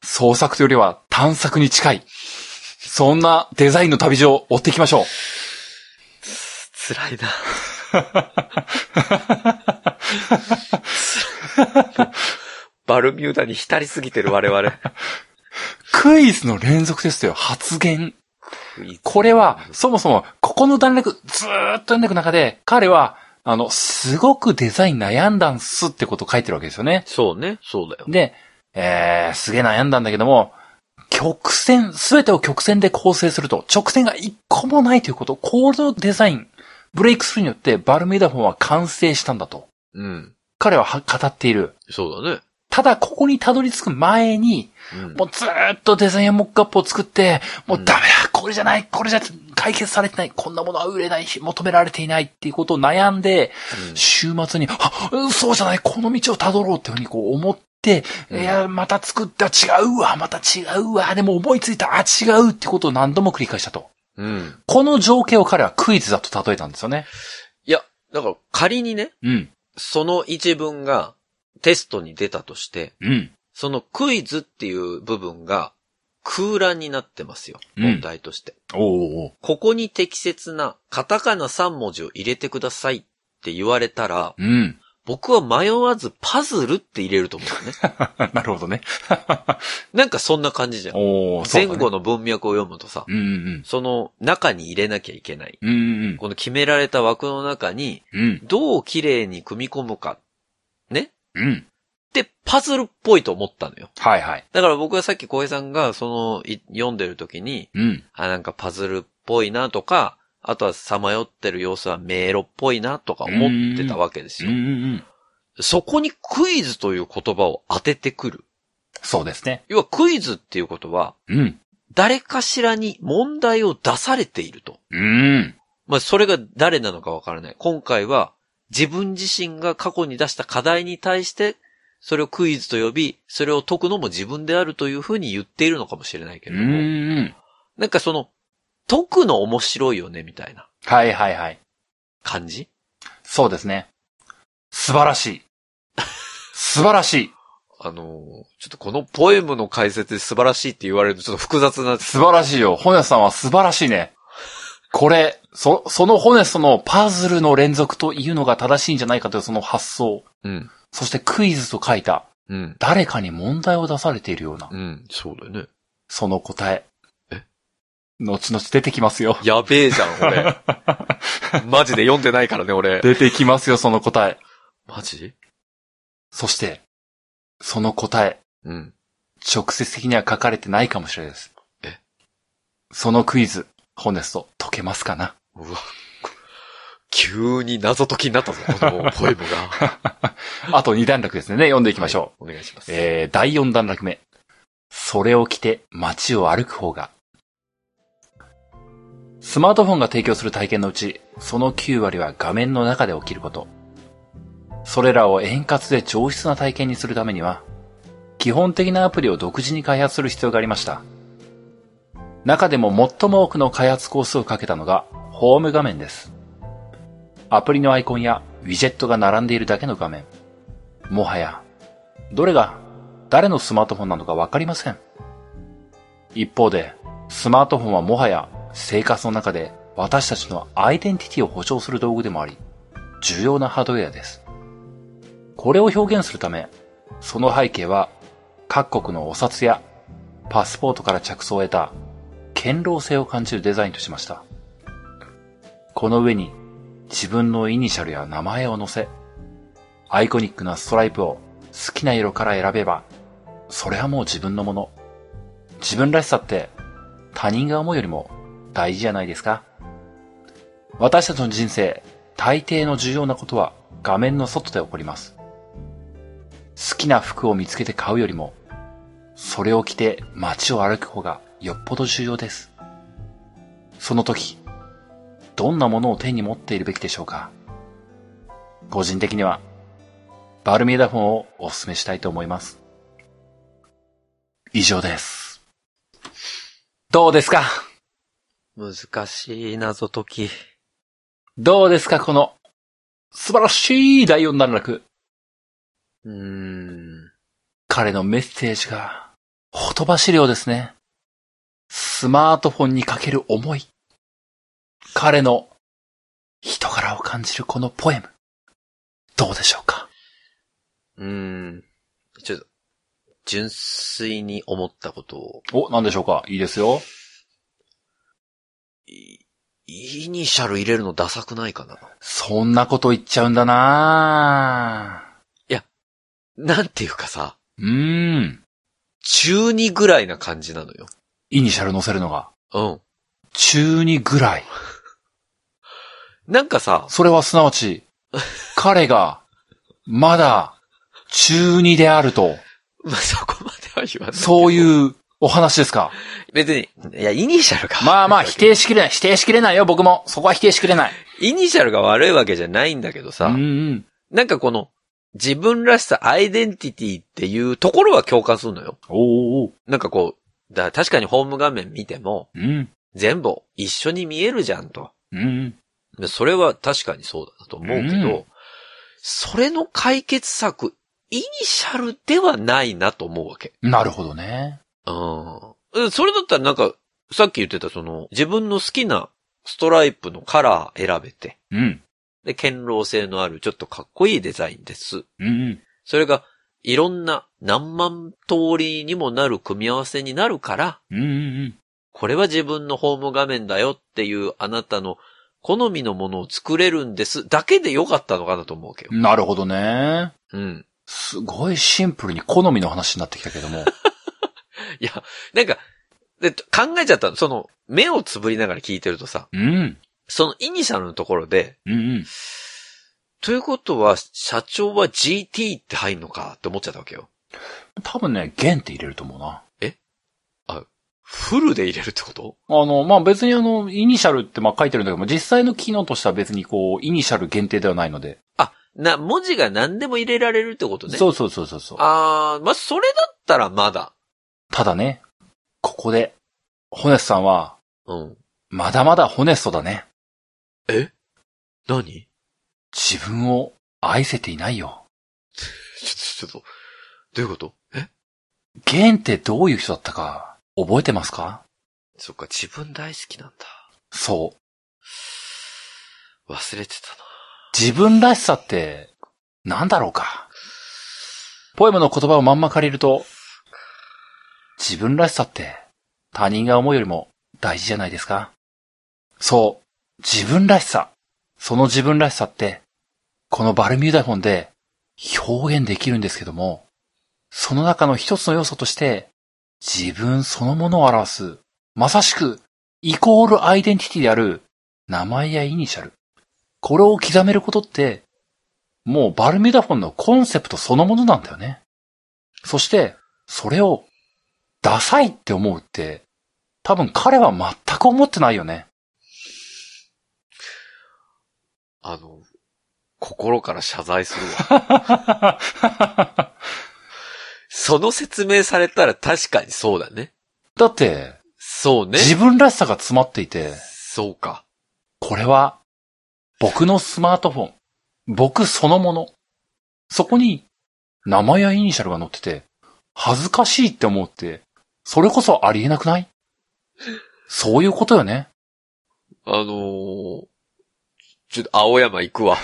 Speaker 2: 創作というよりは探索に近い。そんなデザインの旅路を追っていきましょう。
Speaker 1: 辛 いな。バルミューダに浸りすぎてる我々。
Speaker 2: クイズの連続ですよ、発言。これは、そもそも、ここの段落、ずーっと読んでいく中で、彼は、あの、すごくデザイン悩んだんすってことを書いてるわけですよね。
Speaker 1: そうね、そうだよ。
Speaker 2: で、えー、すげえ悩んだんだけども、曲線、すべてを曲線で構成すると、直線が一個もないということ、このデザイン、ブレイクスルーによってバルミューダフォンは完成したんだと、
Speaker 1: うん。
Speaker 2: 彼はは語っている。
Speaker 1: そうだね。
Speaker 2: ただ、ここにたどり着く前に、
Speaker 1: うん。
Speaker 2: もうずーっとデザインモックアップを作って、もう
Speaker 1: うん
Speaker 2: ダメだ、これじゃない、これじゃ解決されてない、こんなものは売れないし、求められていないっていうことを悩んで、週末に、あ、うんそうじゃない、この道をたどろうっていうふうにこう思って、
Speaker 1: うん
Speaker 2: いや、また作った、違うわ、また違うわ、でも思いついた、あ、違うってことを何度も繰り返したと。
Speaker 1: うん。
Speaker 2: この情景を彼はクイズだと例えたんですよね。
Speaker 1: いや、だから仮にね、
Speaker 2: うん、
Speaker 1: その一文がテストに出たとして、
Speaker 2: うん、
Speaker 1: そのクイズっていう部分が空欄になってますよ。
Speaker 2: うん
Speaker 1: 問題として。
Speaker 2: おー
Speaker 1: ここに適切なカタカナ3文字を入れてくださいって言われたら、
Speaker 2: うん。
Speaker 1: 僕は迷わずパズルって入れると思 うんだよね。
Speaker 2: なるほどね。
Speaker 1: なんかそんな感じじゃん。
Speaker 2: おー
Speaker 1: 前後
Speaker 2: の。
Speaker 1: の文脈を読むとさ、
Speaker 2: うん、うん、
Speaker 1: その中に入れなきゃいけない。
Speaker 2: うん、うん、
Speaker 1: この決められた枠の中に、
Speaker 2: うん、
Speaker 1: どう綺麗に組み込むか
Speaker 2: うん。
Speaker 1: ってパズルっぽいと思ったのよ。
Speaker 2: はいはい。
Speaker 1: だから僕はさっき小平さんがそのい読んでる時に、
Speaker 2: うん、
Speaker 1: あ、なんかパズルっぽいなとか、あとはさまよってる様子は迷路っぽいなとか思ってたわけです
Speaker 2: うん、
Speaker 1: よ
Speaker 2: う。ん、うん。
Speaker 1: そこにクイズという言葉を当ててくる。
Speaker 2: そうですね。
Speaker 1: 要はクイズっていうことは、
Speaker 2: うん、
Speaker 1: 誰かしらに問題を出されていると。
Speaker 2: うん。
Speaker 1: まあ、それが誰なのかわからない。今回は、自分自身が過去に出した課題に対して、それをクイズと呼び、それを解くのも自分であるというふうに言っているのかもしれないけ
Speaker 2: う
Speaker 1: れども、
Speaker 2: ん、うん。
Speaker 1: なんかその、解くの面白いよね、みたいな
Speaker 2: はいはいはい。
Speaker 1: 感じ
Speaker 2: そうですね。素晴らしい。素晴らしい。
Speaker 1: あのー、ちょっとこのポエムの解説で素晴らしいって言われるとちょっと複雑な、
Speaker 2: 素晴らしいよ。ホネスさんは素晴らしいね。これ、そ、そのホネストのパズルの連続というのが正しいんじゃないかというその発想。
Speaker 1: うん、
Speaker 2: そしてクイズと書いた、
Speaker 1: うん、
Speaker 2: 誰かに問題を出されているような
Speaker 1: う、ん、そうだよね。
Speaker 2: その答え。
Speaker 1: え
Speaker 2: 後々出てきますよ。
Speaker 1: やべえじゃん、 俺。マジで読んでないからね、俺。
Speaker 2: 出てきますよ、その答え。
Speaker 1: マジ
Speaker 2: そして、その答え、
Speaker 1: うん。
Speaker 2: 直接的には書かれてないかもしれないです。
Speaker 1: え
Speaker 2: そのクイズ、ホネスト、解けますかな
Speaker 1: うわ。急に謎解きになったぞ、このポエム が。行
Speaker 2: あと2段落ですね。読んでいきましょう。
Speaker 1: う。お願いします。
Speaker 2: えー、第4段落目。それを着て街を歩く方が。スマートフォンが提供する体験のうち、その9割は画面の中で起きること。それらを円滑で上質な体験にするためには、基本的なアプリを独自に開発する必要がありました。中でも最も多くの開発コースをかけたのが、ホーム画面です。アプリのアイコンやウィジェットが並んでいるだけの画面。もはやどれが誰のスマートフォンなのかわかりません。一方で、スマートフォンはもはや生活の中で私たちのアイデンティティを保証する道具でもあり、重要なハードウェアです。これを表現するため、その背景は各国のお札やパスポートから着想を得た堅牢性を感じるデザインとしました。この上に自分のイニシャルや名前を載せ、アイコニックなストライプを好きな色から選べば、それはもう自分のもの。自分らしさって他人が思うよりも大事じゃないですか私たちの人生、大抵の重要なことは画面の外で起こります。好きな服を見つけて買うよりも、それを着て街を歩く方がよっぽど重要です。その時、どんなものを手に持っているべきでしょうか個人的にはバルミューダフォンをお勧めしたいと思います。以上です。どうですか
Speaker 1: 難しい謎解き。
Speaker 2: どうですかこの素晴らしい第4段落。
Speaker 1: うーん。
Speaker 2: 彼のメッセージがほとばしりょうですね。スマートフォンにかける思い。彼の人柄を感じるこのポエム。どうでしょうか
Speaker 1: うーん。ちょっと、純粋に思ったことを、
Speaker 2: お、なんでしょうかいいですよ。
Speaker 1: いイニシャル入れるのダサくないかな。
Speaker 2: そんなこと言っちゃうんだなぁ
Speaker 1: なんていうかさ、
Speaker 2: うーん。
Speaker 1: 中2ぐらいな感じなのよ。
Speaker 2: イニシャル載せるのが。
Speaker 1: うん。
Speaker 2: 中2ぐらい。
Speaker 1: なんかさ、
Speaker 2: それはすなわち、彼が、まだ、中2であると、
Speaker 1: まあ、そこまでは言わない。
Speaker 2: そういうお話ですか。
Speaker 1: 別に、いや、イニシャルが。
Speaker 2: まあまあ、否定しきれない。否定しきれないよ、僕も。そこは否定しきれない。
Speaker 1: イニシャルが悪いわけじゃないんだけど
Speaker 2: う
Speaker 1: さ
Speaker 2: んう、ん。
Speaker 1: なんかこの、自分らしさ、アイデンティティっていうところは共感するのよ。
Speaker 2: おうおう
Speaker 1: なんかこう、だ確かにホーム画面見ても、
Speaker 2: うん。
Speaker 1: 全部一緒に見えるじゃんと。
Speaker 2: うん。
Speaker 1: でそれは確かにそうだなと思うけど、
Speaker 2: うん
Speaker 1: それの解決策、イニシャルではないなと思うわけ。
Speaker 2: なるほどね。
Speaker 1: うん。それだったらなんか、さっき言ってたその、自分の好きなストライプのカラー選べて、
Speaker 2: うん。
Speaker 1: で、堅牢性のあるちょっとかっこいいデザインです。
Speaker 2: うんうん。
Speaker 1: それが、いろんな何万通りにもなる組み合わせになるから、
Speaker 2: うんうん
Speaker 1: これは自分のホーム画面だよっていうあなたの好みのものを作れるんですだけでよかったのかなと思うわけよ
Speaker 2: う。ん。なるほどね。
Speaker 1: うん。
Speaker 2: すごいシンプルに好みの話になってきたけども。
Speaker 1: いや、なんか、で考えちゃったの。その、目をつぶりながら聞いてるとさ、
Speaker 2: うん。
Speaker 1: そのイニシャルのところで、
Speaker 2: うんうん。
Speaker 1: ということは、社長は GT って入んのかって思っちゃったわけよ。
Speaker 2: 多分ね、弦って入れると思うな。
Speaker 1: フルで入れるってこと
Speaker 2: あの、まあ、別にあの、イニシャルってまあ書いてるんだけども、実際の機能としては別にこう、イニシャル限定ではないので。
Speaker 1: あ、な、文字が何でも入れられるってことね。
Speaker 2: そうそうそうそうそう。
Speaker 1: あー、まあ、それだったらまだ。
Speaker 2: ただね、ここで、ホネスさんは、
Speaker 1: うん。
Speaker 2: まだまだホネストだね。
Speaker 1: 何
Speaker 2: 自分を愛せていないよ。
Speaker 1: ちょっと、ちょっと、どういうことえ
Speaker 2: ゲンってどういう人だったか、覚えてますか
Speaker 1: そっか、自分大好きなんだ。
Speaker 2: そう。
Speaker 1: 忘れてたな。
Speaker 2: 自分らしさって、なんだろうか。ポエムの言葉をまんま借りると、自分らしさって、他人が思うよりも大事じゃないですかそう。自分らしさ。その自分らしさって、このバルミューダフォンで表現できるんですけども、その中の一つの要素として、自分そのものを表す、まさしく、イコールアイデンティティである、名前やイニシャル。これを刻めることって、もうバルミューダフォンのコンセプトそのものなんだよね。そして、それを、ダサいって思うって、多分彼は全く思ってないよね。
Speaker 1: あの、心から謝罪するわ。
Speaker 2: だ
Speaker 1: その説明されたら確かにそうだね。
Speaker 2: って、
Speaker 1: そうね。
Speaker 2: 自分らしさが詰まっていて、
Speaker 1: そうか。
Speaker 2: これは、僕のスマートフォン、僕そのもの。そこに、名前やイニシャルが載ってて、恥ずかしいって思うって、それこそありえなくないそういうことよね。
Speaker 1: あのー、ちょっと青山行く わ。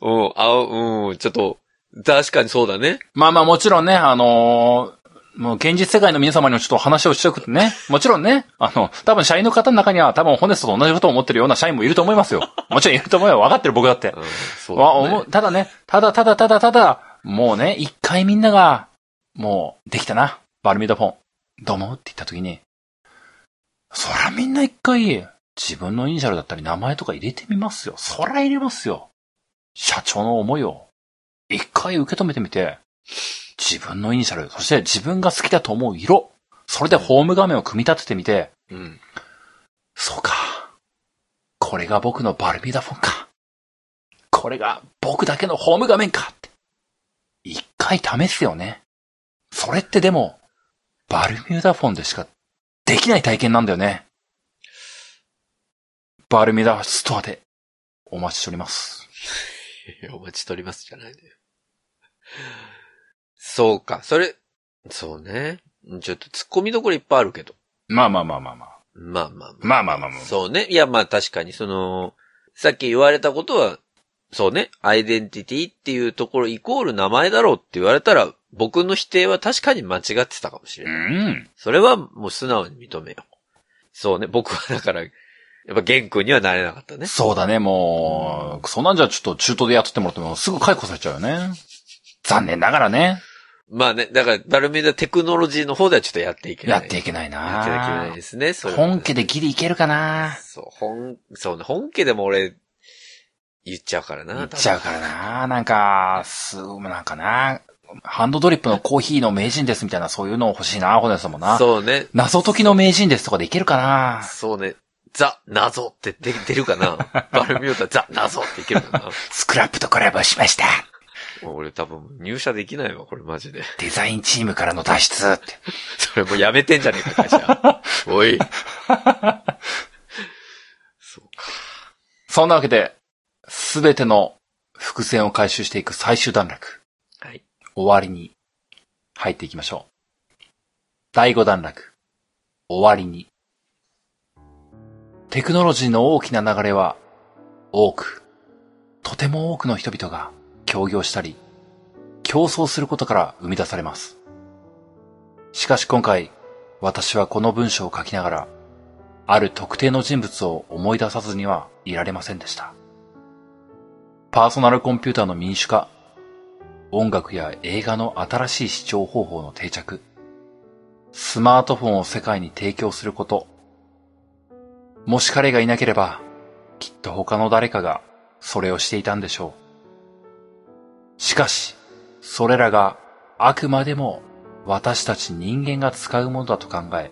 Speaker 1: うん、青、うん、ちょっと、確かにそうだね。
Speaker 2: まあまあもちろんね、あのーもう現実世界の皆様にもちょっとお話をしておくとね、もちろんね、あの、多分社員の方の中には多分ホネストと同じことを思ってるような社員もいると思いますよ。もちろんいると思うよ。分かってる僕だって
Speaker 1: う。ん、そう
Speaker 2: わ、
Speaker 1: だ
Speaker 2: 思
Speaker 1: ね
Speaker 2: う。。ただね、ただただただただ、もうね、一回みんなが、もう、できたな。バルミューダフォン。どうもって言った時に、そらみんな一回、自分のイニシャルだったり名前とか入れてみますよ。そら入れますよ。社長の思いを、一回受け止めてみて、自分のイニシャル、そして自分が好きだと思う色、それでホーム画面を組み立ててみて、
Speaker 1: うん。
Speaker 2: そうか。これが僕のバルミューダフォンか。これが僕だけのホーム画面かって。一回試すよね。それってでも、バルミューダフォンでしかできない体験なんだよね。バルミューダストアでお待ちしております。
Speaker 1: お待ちしておりますじゃないのよ。そうか、それ、そうね。ちょっと突っ込みどころいっぱいあるけど。
Speaker 2: まあまあまあまあまあ。
Speaker 1: まあまあまあ。
Speaker 2: まあまあまあまあ
Speaker 1: そうね。いや、まあ確かに、その、さっき言われたことは、そうね、アイデンティティっていうところイコール名前だろうって言われたら、僕の否定は確かに間違ってたかもしれ
Speaker 2: う
Speaker 1: ない。
Speaker 2: ん。
Speaker 1: それはもう素直に認めよう。そうね、僕はだから、やっぱ玄君にはなれなかったね。
Speaker 2: そうだね、もう、そんなんじゃちょっと中東で雇ってもらってもすぐ解雇されちゃうよね。残念ながらね。
Speaker 1: まあね、だから、バルミューダテクノロジーの方ではちょっとやっていけな
Speaker 2: や
Speaker 1: い。
Speaker 2: っていけない
Speaker 1: やっていけな
Speaker 2: ない
Speaker 1: ですね、それは
Speaker 2: 本家でギリいけるかな
Speaker 1: そう、本、そうね、本家でも俺、言っちゃうからな。
Speaker 2: いっちゃうからななんか、すごい、なんかなハンドドリップのコーヒーの名人ですみたいな、そういうの欲しいな、ホネさんも
Speaker 1: 多分
Speaker 2: な。
Speaker 1: そうね。
Speaker 2: 謎解きの名人ですとかでいけるかな
Speaker 1: そうね。ザ、謎って出出るか なバルミューダザ、謎っていけるかな
Speaker 2: スクラップとコラボしました
Speaker 1: もう俺多分入社できないわ、これマジで。
Speaker 2: デザインチームからの脱出って。
Speaker 1: それもうやめてんじゃねえか、会 社。おい。そうか。
Speaker 2: そんなわけで、すべての伏線を回収していく最終段落。
Speaker 1: はい。
Speaker 2: 終わりに入っていきましょう。第5段落。終わりに。テクノロジーの大きな流れは、多く、とても多くの人々が協業したり、競争することから生み出されます。しかし今回、私はこの文章を書きながら、ある特定の人物を思い出さずにはいられませんでした。パーソナルコンピューターの民主化、音楽や映画の新しい視聴方法の定着、スマートフォンを世界に提供すること。もし彼がいなければ、きっと他の誰かがそれをしていたんでしょう。しかし、それらがあくまでも私たち人間が使うものだと考え、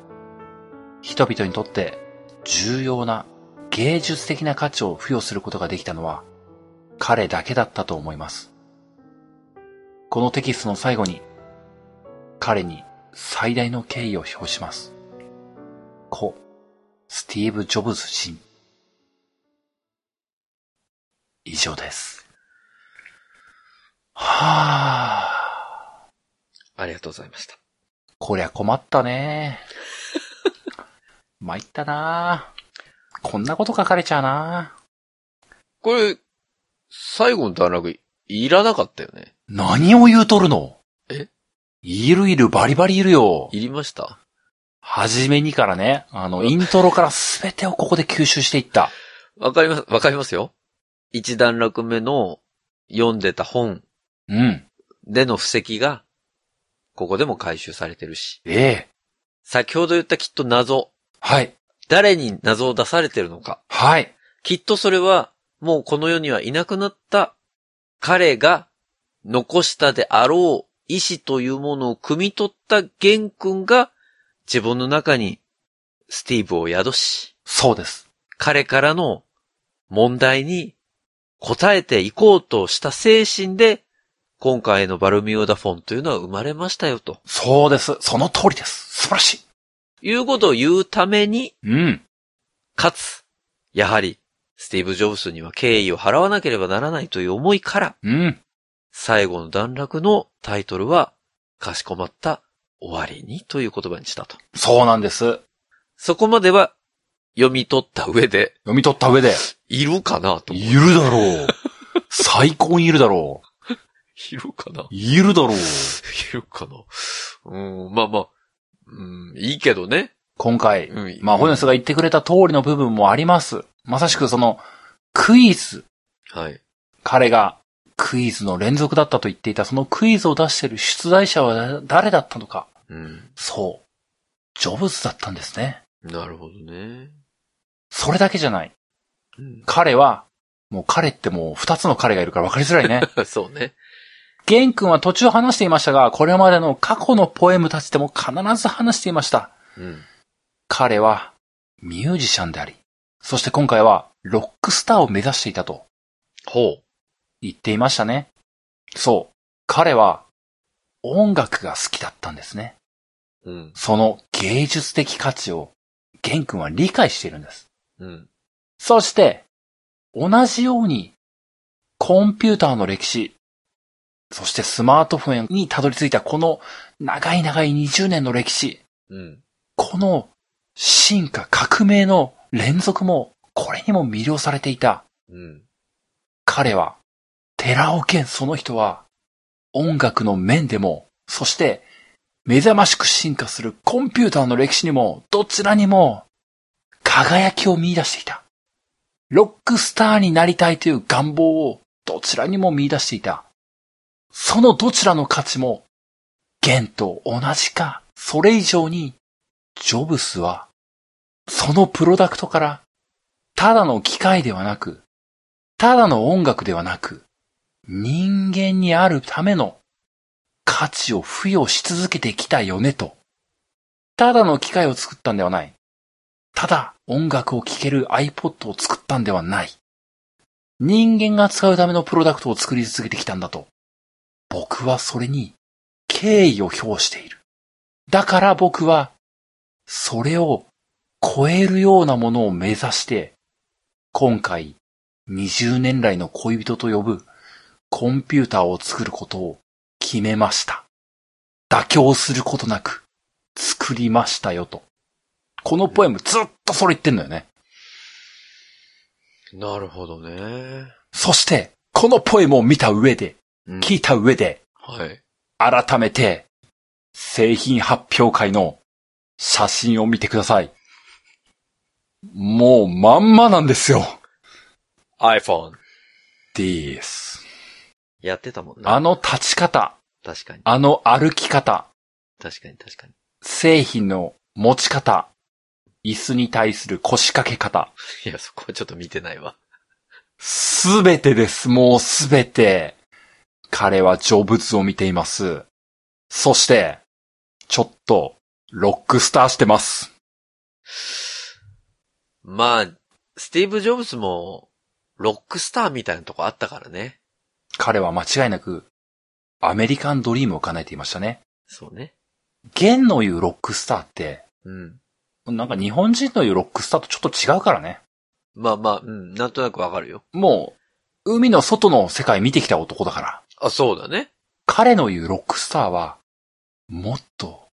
Speaker 2: 人々にとって重要な芸術的な価値を付与することができたのは彼だけだったと思います。このテキストの最後に、彼に最大の敬意を表します。故、スティーブ・ジョブズ氏。以上です。はぁ、
Speaker 1: ありがとうございました。
Speaker 2: こりゃ困ったね。参ったなこんなこと書かれちゃうな
Speaker 1: これ、最後の段落、いらなかったよね。
Speaker 2: 何を言うとるの
Speaker 1: え
Speaker 2: いるいる、バリバリいるよ。
Speaker 1: いりました
Speaker 2: はじめにからね、あの、イントロからすべてをここで吸収していった。
Speaker 1: わかります、わかりますよ。一段落目の読んでた本
Speaker 2: うん。
Speaker 1: での布石が、ここでも回収されてるし。
Speaker 2: ええ。
Speaker 1: 先ほど言ったきっと謎。
Speaker 2: はい。
Speaker 1: 誰に謎を出されてるのか。
Speaker 2: はい。
Speaker 1: きっとそれは、もうこの世にはいなくなった彼が残したであろう意志というものを汲み取った玄君が自分の中にスティーブを宿し、
Speaker 2: そうです。
Speaker 1: 彼からの問題に答えていこうとした精神で今回のバルミューダフォンというのは生まれましたよと
Speaker 2: そうです。その通りです。素晴らしい。
Speaker 1: いうことを言うために
Speaker 2: うん。
Speaker 1: かつ、やはり、スティーブ・ジョブスには敬意を払わなければならないという思いから、
Speaker 2: うん。
Speaker 1: 最後の段落のタイトルは、かしこまった終わりにという言葉にしたと。
Speaker 2: そうなんです。
Speaker 1: そこまでは、読み取った上で、
Speaker 2: 読み取った上で。
Speaker 1: いるかなと思う。
Speaker 2: いるだろう。最高にいるだろ
Speaker 1: いるかな
Speaker 2: う。いるだろう。
Speaker 1: いるかなうん、まあまあ、うん、いいけどね。
Speaker 2: 今回、
Speaker 1: うん、
Speaker 2: まあ、ホネスが言ってくれた通りの部分もあります。まさしくその、クイズ。
Speaker 1: はい。
Speaker 2: 彼がクイズの連続だったと言っていた、そのクイズを出している出題者は誰だったのか。
Speaker 1: うん、
Speaker 2: そう。ジョブズだったんですね。
Speaker 1: なるほどね。
Speaker 2: それだけじゃない。
Speaker 1: うん、
Speaker 2: 彼は、もう彼ってもう二つの彼がいるから分かりづらいね。
Speaker 1: そうね。
Speaker 2: ゲン君は途中話していましたが、これまでの過去のポエムたちでも必ず話していました。
Speaker 1: うん、
Speaker 2: 彼はミュージシャンであり、そして今回はロックスターを目指していたと
Speaker 1: ほ
Speaker 2: 言っていましたね。そう。彼は音楽が好きだったんですね。
Speaker 1: う。うん、
Speaker 2: その芸術的価値を、ゲン君は理解しているんです。
Speaker 1: うん、
Speaker 2: そして、同じように、コンピューターの歴史、そしてスマートフォンにたどり着いたこの長い長い20年の歴史、
Speaker 1: うん、
Speaker 2: この進化革命の連続も、これにも魅了されていた
Speaker 1: うん、
Speaker 2: 彼は、寺尾健その人は、音楽の面でも、そして、目覚ましく進化するコンピューターの歴史にも、どちらにも、輝きを見出していた。ロックスターになりたいという願望を、どちらにも見出していた。そのどちらの価値も、ゲンと同じか、それ以上に、ジョブスは、そのプロダクトから、ただの機械ではなく、ただの音楽ではなく、人間にあるための価値を付与し続けてきたよねと。ただの機械を作ったんではない。ただ音楽を聴ける iPod を作ったんではない。人間が使うためのプロダクトを作り続けてきたんだと。僕はそれに敬意を表している。だから僕は、それを超えるようなものを目指して、今回、20年来の恋人と呼ぶコンピューターを作ることを決めました。妥協することなく作りましたよと。このポエムずっとそれ言ってんだよね。
Speaker 1: なるほどね。
Speaker 2: そして、このポエムを見た上で、
Speaker 1: うん
Speaker 2: 聞いた上で、
Speaker 1: はい。
Speaker 2: 改めて、製品発表会の写真を見てください。もうまんまなんですよ。
Speaker 1: iPhone。
Speaker 2: です。
Speaker 1: やってたもんな。
Speaker 2: あの立ち方、
Speaker 1: 確かに。
Speaker 2: あの歩き方、
Speaker 1: 確かに、確かに。
Speaker 2: 製品の持ち方、椅子に対する腰掛け方、
Speaker 1: いや、そこはちょっと見てないわ。
Speaker 2: すべてです。もうすべて。彼は成仏を見ています。そして、ちょっと、ロックスターしてます。
Speaker 1: まあ、スティーブ・ジョブズも、ロックスターみたいなとこあったからね。
Speaker 2: 彼は間違いなく、アメリカンドリームを叶えていましたね。
Speaker 1: そうね。
Speaker 2: 現の言うロックスターって、
Speaker 1: うん。
Speaker 2: なんか日本人の言うロックスターとちょっと違うからね。
Speaker 1: まあまあ、うん、なんとなくわかるよ。
Speaker 2: もう、海の外の世界見てきた男だから。
Speaker 1: あ、そうだね。
Speaker 2: 彼の言うロックスターは、もっと、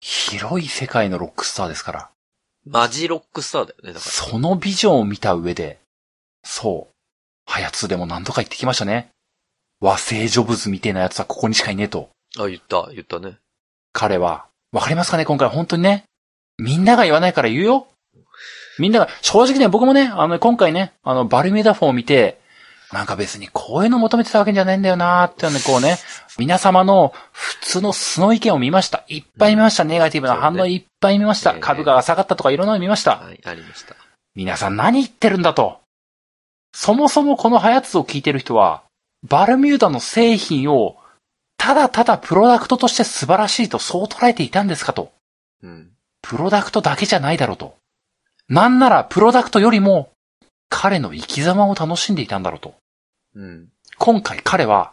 Speaker 2: 広い世界のロックスターですから。
Speaker 1: マジロックスターだよね、だか
Speaker 2: そのビジョンを見た上で、そう。ハヤツでも何度か言ってきましたね。和製ジョブズみたいなやつはここにしかいねえと。
Speaker 1: ら。あ、言った、言ったね。
Speaker 2: 彼は、わかりますかね今回本当にね。みんなが言わないから言うよ。みんなが、正直ね、僕もね、あの、今回ね、あの、バルミューダフォンを見て、なんか別にこういうの求めてたわけじゃないんだよなーってね、こうね、皆様の普通の素の意見を見ました。いっぱい見ました。ネガティブな反応いっぱい見まし
Speaker 1: そう
Speaker 2: た。
Speaker 1: ね
Speaker 2: 株価が下がったとかいろんなの見ました。
Speaker 1: はい、ありました。
Speaker 2: 皆さん何言ってるんだと。そもそもこのハヤツを聞いてる人は、バルミューダの製品を、ただただプロダクトとして素晴らしいとそう捉えていたんですかと。
Speaker 1: うん。
Speaker 2: プロダクトだけじゃないだろうと。なんならプロダクトよりも、彼の生き様を楽しんでいたんだろうと。
Speaker 1: うん。
Speaker 2: 今回彼は、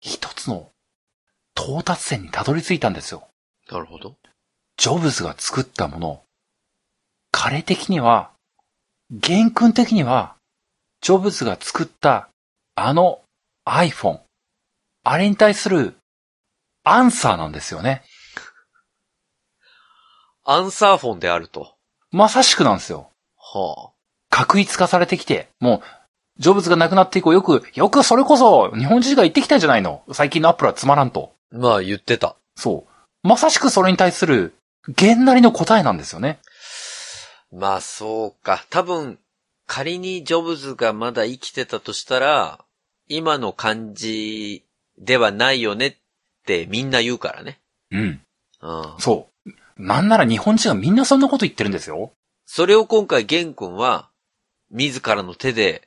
Speaker 2: 一つの到達点にたどり着いたんですよ。
Speaker 1: なるほど。
Speaker 2: ジョブズが作ったもの、彼的には、玄君的には、ジョブズが作ったあの iPhone、あれに対するアンサーなんですよね。
Speaker 1: アンサーフォンであると。
Speaker 2: まさしくなんですよ。
Speaker 1: は
Speaker 2: 確一化されてきて、もう、ジョブズが亡くなって以降よく、よくそれこそ日本人が言ってきたじゃないの。最近のアップルはつまらんと。
Speaker 1: あ。まあ、言ってた。
Speaker 2: そう。まさしくそれに対する、げんなりの答えなんですよね。
Speaker 1: まあ、そうか。多分、仮にジョブズがまだ生きてたとしたら、今の感じではないよねってみんな言うからね。
Speaker 2: うん。
Speaker 1: うん。
Speaker 2: そう。なんなら日本人はみんなそんなこと言ってるんですよ。
Speaker 1: それを今回、ゲン君は、自らの手で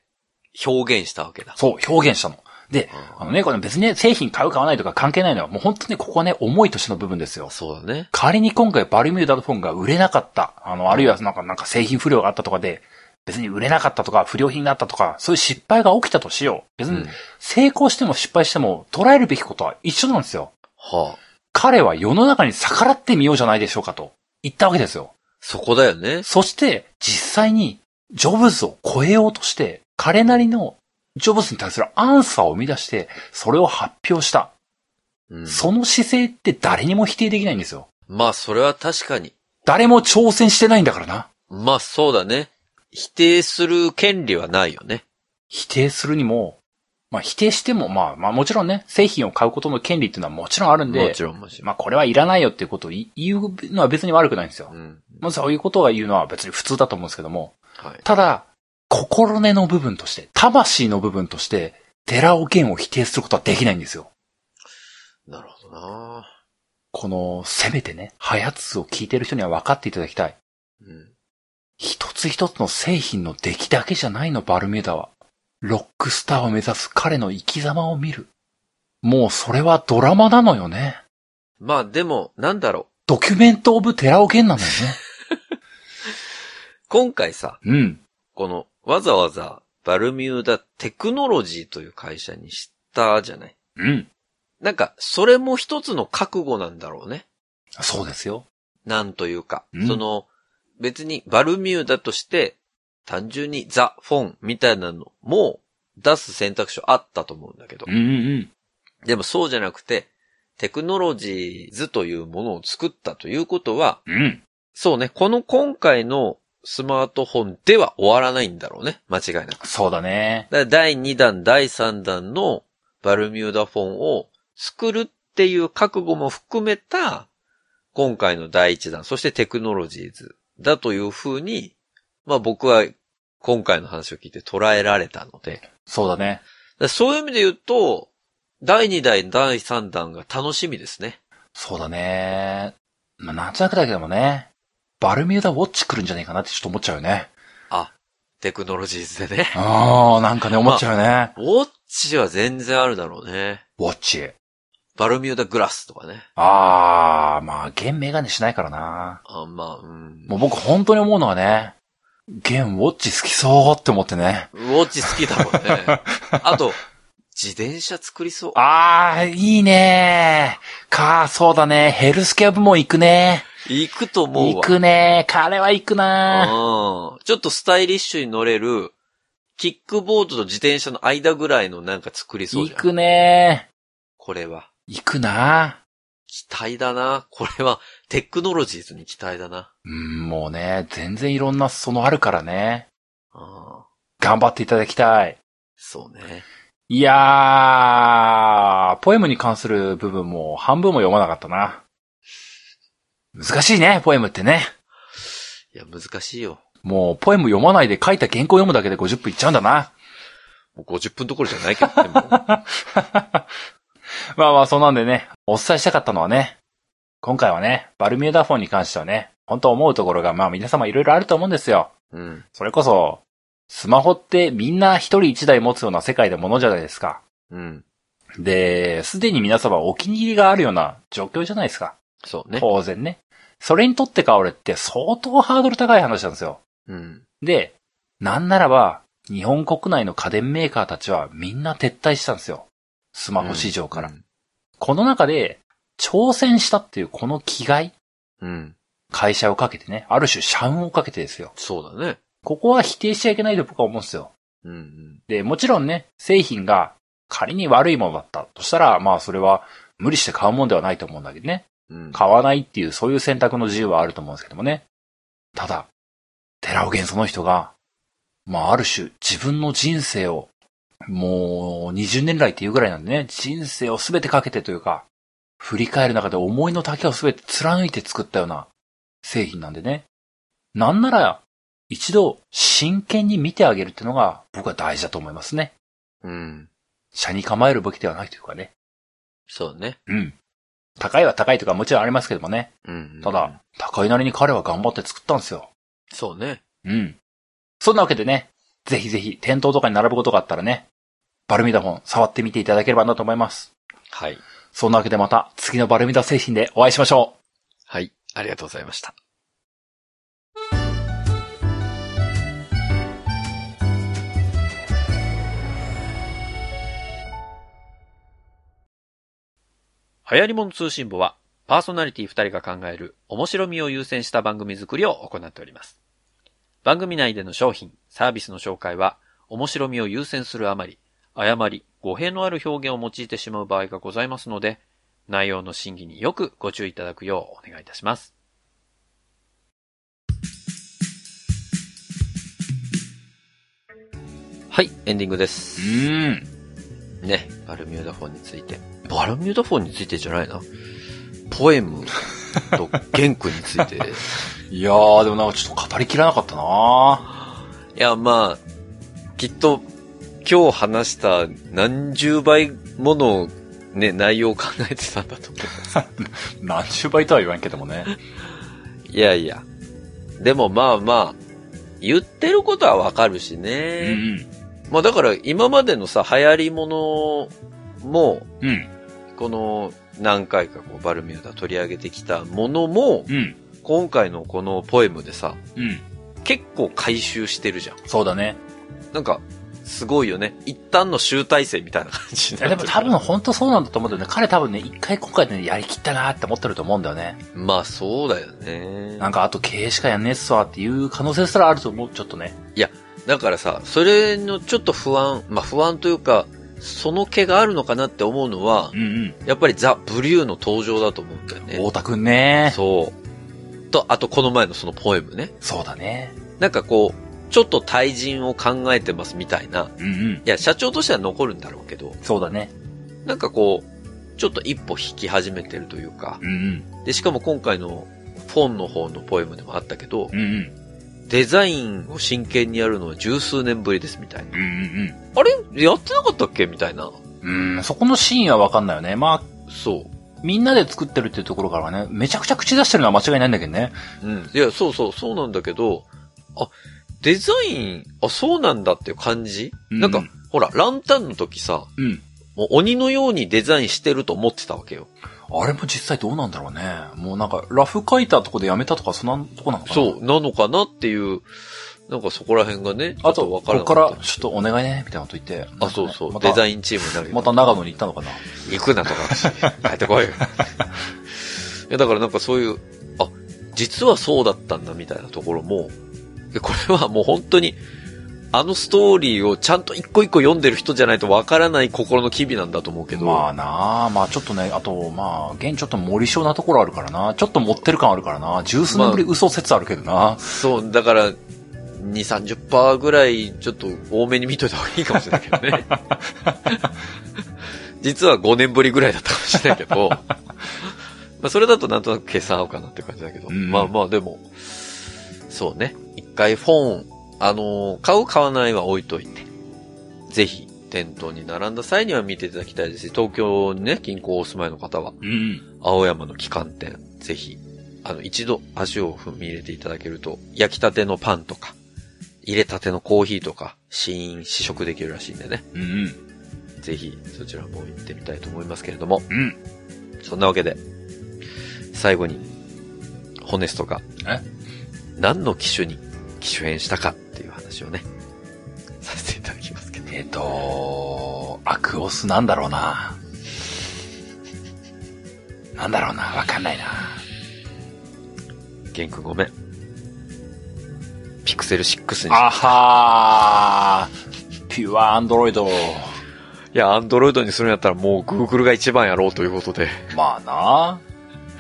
Speaker 1: 表現したわけだ。
Speaker 2: そう、表現したの。で、あのね、これ別にね、製品買う買わないとか関係ないのは、もう本当にここはね、思いとしての部分ですよ。
Speaker 1: そうだね。
Speaker 2: 仮に今回バルミューダフォンが売れなかった、あの、あるいはなんか、なんか製品不良があったとかで、別に売れなかったとか、不良品があったとか、そういう失敗が起きたとしよう。別
Speaker 1: う
Speaker 2: に
Speaker 1: ん。
Speaker 2: 成功しても失敗しても捉えるべきことは一緒なんですよ。
Speaker 1: はあ。
Speaker 2: 彼は世の中に逆らってみようじゃないでしょうかと言ったわけですよ。
Speaker 1: そこだよね。
Speaker 2: そして、実際に、ジョブズを超えようとして、彼なりの、ジョブズに対するアンサーを生み出して、それを発表した。
Speaker 1: うん。
Speaker 2: その姿勢って誰にも否定できないんですよ。
Speaker 1: まあ、それは確かに。
Speaker 2: 誰も挑戦してないんだからな。
Speaker 1: まあ、そうだね。否定する権利はないよね。
Speaker 2: 否定するにも、まあ否定しても、まあまあもちろんね、製品を買うことの権利っていうのはもちろんあるん
Speaker 1: も
Speaker 2: で
Speaker 1: ち、ろん、もちろん。
Speaker 2: まあこれはいらないよっていうことを言い言うのは別に悪くないんですよ
Speaker 1: う。ん。
Speaker 2: まあそういうことが言うのは別に普通だと思うんですけども、
Speaker 1: はい。
Speaker 2: ただ、心根の部分として、魂の部分として、寺尾玄を否定することはできないんですよ。
Speaker 1: なるほどな
Speaker 2: この、せめてね、ハヤツを聞いてる人には分かっていただきたい。
Speaker 1: うん。
Speaker 2: 一つ一つの製品の出来だけじゃないの、バルミューダは。ロックスターを目指す彼の生き様を見る。もうそれはドラマなのよね。
Speaker 1: まあでも、なんだろ
Speaker 2: ドキュメントオブテラオゲンなのよね。
Speaker 1: う。今回さ、
Speaker 2: うん。
Speaker 1: この、わざわざ、バルミューダテクノロジーという会社にしたじゃない。
Speaker 2: うん。
Speaker 1: なんか、それも一つの覚悟なんだろうね。
Speaker 2: そうですよ。
Speaker 1: なんというか、
Speaker 2: うん
Speaker 1: その、別にバルミューダとして、単純にザ・フォンみたいなのも出す選択肢はあったと思うんだけど、
Speaker 2: うんうん
Speaker 1: でもそうじゃなくて、テクノロジーズというものを作ったということは、
Speaker 2: うん。うん。
Speaker 1: そうね、この今回のスマートフォンでは終わらないんだろうね、間違いなく。
Speaker 2: そうだね。
Speaker 1: だから第2弾、第3弾のバルミューダフォンを作るっていう覚悟も含めた、今回の第1弾、そしてテクノロジーズだというふうに、まあ僕は今回の話を聞いて捉えられたので、だか
Speaker 2: そうだね。
Speaker 1: らそういう意味で言うと、第2弾、第3弾が楽しみですね。
Speaker 2: そうだね。まあ、なんとなくだけどもね。バルミューダウォッチ来るんじゃないかなってちょっと思っちゃうよね。
Speaker 1: あ、テクノロジーズでね。
Speaker 2: ああ、なんかね、思っちゃうよね。
Speaker 1: ウォッチは全然あるだろうね。
Speaker 2: ウォッチ。
Speaker 1: バルミューダグラスとかね。
Speaker 2: ああ、まあ、現メガネしないからな。
Speaker 1: あまあ、うん。
Speaker 2: もう僕本当に思うのはね、ゲンウォッチ好きそうって思ってね。
Speaker 1: ウォッチ好きだもん ね。あと、自転車作りそう。
Speaker 2: ああ、いいねか、そうだね。ヘルスケア部門行くね。
Speaker 1: 行くと思うわ。
Speaker 2: 行くね彼は行くな
Speaker 1: うん。ちょっとスタイリッシュに乗れる、キックボードと自転車の間ぐらいのなんか作りそう
Speaker 2: 行
Speaker 1: じゃん。
Speaker 2: くね
Speaker 1: これは。
Speaker 2: 行くな
Speaker 1: 期待だな。これは、テクノロジーズに期待だな。
Speaker 2: うん、もうね、全然いろんなそのあるからね。
Speaker 1: うん。
Speaker 2: 頑張っていただきたい。
Speaker 1: そうね。
Speaker 2: いやー、ポエムに関する部分も半分も読まなかったな。難しいね、ポエムってね。
Speaker 1: いや、難しいよ。
Speaker 2: もう、ポエム読まないで書いた原稿読むだけで50分いっちゃうんだな。
Speaker 1: もう50分どころじゃないけどね、も う
Speaker 2: まあまあ、そうなんでね、お伝えしたかったのはね、今回はね、バルミューダフォンに関してはね、本当思うところが、まあ皆様いろいろあると思うんですよ。
Speaker 1: うん。
Speaker 2: それこそ、スマホってみんな一人一台持つような世界でものじゃないですか。
Speaker 1: うん。
Speaker 2: で、すでに皆様お気に入りがあるような状況じゃないですか。
Speaker 1: そうね。
Speaker 2: 当然ね。それにとってか俺って相当ハードル高い話なんですよ。
Speaker 1: うん。
Speaker 2: で、なんならば、日本国内の家電メーカーたちはみんな撤退したんですよ。スマホ市場から。
Speaker 1: うん。
Speaker 2: この中で、挑戦したっていうこの気概、
Speaker 1: うん。
Speaker 2: 会社をかけてね、ある種社運をかけてですよ。
Speaker 1: そうだね。
Speaker 2: ここは否定しちゃいけないと僕は思うんですよ。
Speaker 1: うんうん。
Speaker 2: で、もちろんね、製品が仮に悪いものだったとしたら、まあそれは無理して買うもんではないと思うんだけどね。
Speaker 1: うん。
Speaker 2: 買わないっていうそういう選択の自由はあると思うんですけどもね。ただ、寺尾源その人が、まあある種自分の人生を、もう20年来っていうぐらいなんでね、人生を全てかけてというか、振り返る中で思いの丈を全て貫いて作ったような製品なんでね。なんなら、一度真剣に見てあげるっていうのが僕は大事だと思いますね。
Speaker 1: うん。
Speaker 2: 社に構えるべきではないというかね。
Speaker 1: そうね。
Speaker 2: うん。高いは高いとかもちろんありますけどもね。
Speaker 1: うんうん。
Speaker 2: ただ、高いなりに彼は頑張って作ったんですよ。
Speaker 1: そうね。
Speaker 2: うん。そんなわけでね、ぜひぜひ店頭とかに並ぶことがあったらね、バルミダフォン触ってみていただければなと思います。
Speaker 1: はい。
Speaker 2: そんなわけでまた次のバルミダ製品でお会いしましょう。
Speaker 1: はい。ありがとうございました。流行り物通信簿は、パーソナリティ2人が考える面白みを優先した番組作りを行っております。番組内での商品、サービスの紹介は、面白みを優先するあまり、誤り、語弊のある表現を用いてしまう場合がございますので、内容の審議によくご注意いただくようお願いいたします。はい、エンディングです。
Speaker 2: ん。
Speaker 1: ね、バルミューダフォンについて。バルミューダフォンについてじゃないな。ポエムと原句について。 い
Speaker 2: いやー、でもなんかちょっと語りきらなかったな
Speaker 1: や、まあ、きっと今日話した何十倍ものね、内容を考えてたんだと思
Speaker 2: 何十倍とは言わんけどもね。
Speaker 1: う。いやいや。でもまあまあ、言ってることはわかるし
Speaker 2: う
Speaker 1: ね。
Speaker 2: ん
Speaker 1: まあだから今までのさ、流行りものも、
Speaker 2: うん。うん。
Speaker 1: この何回かこうバルミューダ取り上げてきたものも、
Speaker 2: うん。
Speaker 1: 今回のこのポエムでさ、
Speaker 2: うん。
Speaker 1: 結構回収してるじゃん。
Speaker 2: そうだね。
Speaker 1: なんか、すごいよね。一旦の集大成みたいな感じに
Speaker 2: い
Speaker 1: な
Speaker 2: や
Speaker 1: ってる
Speaker 2: でも多分本当そうなんだと思うんだよね。彼多分ね、一回今回でね、やりきったなって思ってると思うんだよね。
Speaker 1: まあそうだよね。
Speaker 2: なんかあと経営しかやんねえっすわっていう可能性すらあると思う、ちょっとね。
Speaker 1: だからさ、それのちょっと不安、まあ不安というか、その毛があるのかなって思うのは、
Speaker 2: ん
Speaker 1: やっぱりザ・ブリューの登場だと思うんだよね。
Speaker 2: 太田くんね。
Speaker 1: そう。と、あとこの前のそのポエムね。
Speaker 2: そうだね。
Speaker 1: なんかこう、ちょっと対人を考えてますみたいな。
Speaker 2: うんうん。
Speaker 1: いや、社長としては残るんだろうけど、
Speaker 2: そうだね。
Speaker 1: なんかこう、ちょっと一歩引き始めてるというか。
Speaker 2: うんうん。
Speaker 1: で、しかも今回のフォンの方のポエムでもあったけど
Speaker 2: う、んうん。
Speaker 1: デザインを真剣にやるのは十数年ぶりですみたいな。
Speaker 2: うんうん
Speaker 1: あれやってなかったっけみたいな。
Speaker 2: うん。うん、そこのシーンはわかんないよね。まあ、
Speaker 1: そ
Speaker 2: みんなで作ってるっていうところからはね、めちゃくちゃ口出してるのは間違いないんだけどね。
Speaker 1: う。うん。いや、そうそう、そうなんだけど、あ、デザイン、あ、そうなんだっていう感じ、
Speaker 2: うん
Speaker 1: なんか、ほら、ランタンの時さ、
Speaker 2: うん。
Speaker 1: もう鬼のようにデザインしてると思ってたわけよ。
Speaker 2: あれも実際どうなんだろうね。もうなんか、ラフ書いたとこでやめたとか、そんなとこなのかな
Speaker 1: そう、なのかなっていう、なんかそこら辺がね、
Speaker 2: あと、こ
Speaker 1: 分から
Speaker 2: こ
Speaker 1: な
Speaker 2: か
Speaker 1: かっ
Speaker 2: ら、ちょっとお願いね、みたいなこと言って。
Speaker 1: た。あ、そうそう、
Speaker 2: また
Speaker 1: デザインチームになるよ。
Speaker 2: また長野に行ったのかな
Speaker 1: 行くなとか、 帰ってこいよ。いや、だからなんかそういう、あ、実はそうだったんだみたいなところも、でこれはもう本当に、あのストーリーをちゃんと一個一個読んでる人じゃないとわからない心の機微なんだと思うけど、
Speaker 2: まあなあまあちょっとね、あと、まあ、現ちょっと森性なところあるからな。ちょっと持ってる感あるからな。十数年ぶり嘘説あるけどな。
Speaker 1: そう、だから、2、30%ぐらいちょっと多めに見といた方がいいかもしれないけど ね。実は5年ぶりぐらいだったかもしれないけど、まあそれだとなんとなく計算合うかなって感じだけど、
Speaker 2: うん
Speaker 1: まあまあでも、そうね。一回フォン、あのー買う買わないは置いといて、ぜひ店頭に並んだ際には見ていただきたいですし、東京にね、近郊お住まいの方は、
Speaker 2: うん。
Speaker 1: 青山の旗艦店、ぜひ、あの、一度足を踏み入れていただけると、焼きたてのパンとか、入れたてのコーヒーとか、試飲、試食できるらしいんでね。
Speaker 2: うんうん。
Speaker 1: ぜひ、そちらも行ってみたいと思いますけれども。
Speaker 2: うん。
Speaker 1: そんなわけで、最後に、ホネストが、
Speaker 2: え
Speaker 1: 何の機種に機種変したかっていう話をね、させていただきますけど。
Speaker 2: えっ、と、アクオスなんだろうな。なんだろうな。わかんないな。
Speaker 1: ゲン君ごめん。ピクセル6にし
Speaker 2: あはー。ピュアアンドロイド。
Speaker 1: いや、アンドロイドにするんやったらもう Google が一番やろうということで。
Speaker 2: まあ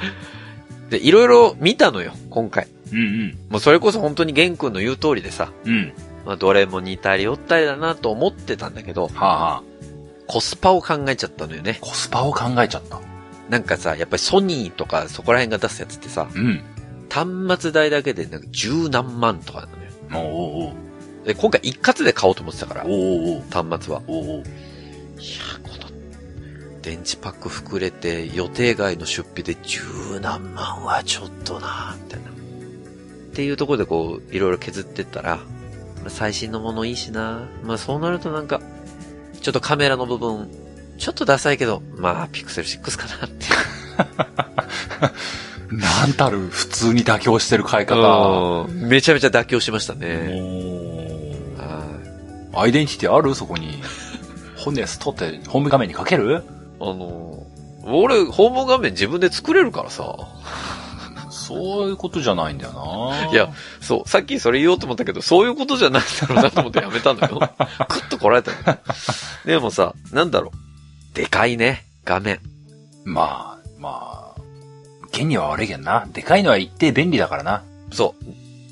Speaker 2: な。
Speaker 1: で、いろいろ見たのよ、今回。
Speaker 2: うんうん。
Speaker 1: もうそれこそ本当に玄君の言う通りでさ、
Speaker 2: うん。
Speaker 1: まあ、どれも似たり寄ったりだなと思ってたんだけど、
Speaker 2: はあ、はあ、
Speaker 1: コスパを考えちゃったのよね。
Speaker 2: コスパを考えちゃった。
Speaker 1: なんかさ、やっぱりソニーとかそこら辺が出すやつってさ、
Speaker 2: うん。
Speaker 1: 端末代だけでなんか十何万とかなのよ。
Speaker 2: おおう
Speaker 1: で、今回一括で買おうと思ってたから
Speaker 2: おう、おう
Speaker 1: 端末は。
Speaker 2: おうおうお
Speaker 1: い
Speaker 2: う
Speaker 1: やー、この、電池パック膨れて予定外の出費で十何万はちょっとなーみたいな。っていうところでこう、いろいろ削ってったら、まあ最新のものいいしなまあそうなるとなんか、ちょっとカメラの部分、ちょっとダサいけど、まあ、ピクセル6かなっていう。
Speaker 2: なんたる普通に妥協してる買い方。
Speaker 1: うんめちゃめちゃ妥協しましたね。
Speaker 2: おー
Speaker 1: はい
Speaker 2: アイデンティティあるそこに。ホネストってホーム画面にかける
Speaker 1: あのー俺、訪問画面自分で作れるからさ。
Speaker 2: そういうことじゃないんだよな。
Speaker 1: いや、そう、さっきそれ言おうと思ったけど、そういうことじゃないんだろうなと思ってやめた のよ。クッとこられたのよ。でもさ、なんだろう。でかいね、画面。
Speaker 2: まあ、まあ、現には悪いけどな。でかいのは一定便利だからな。
Speaker 1: そ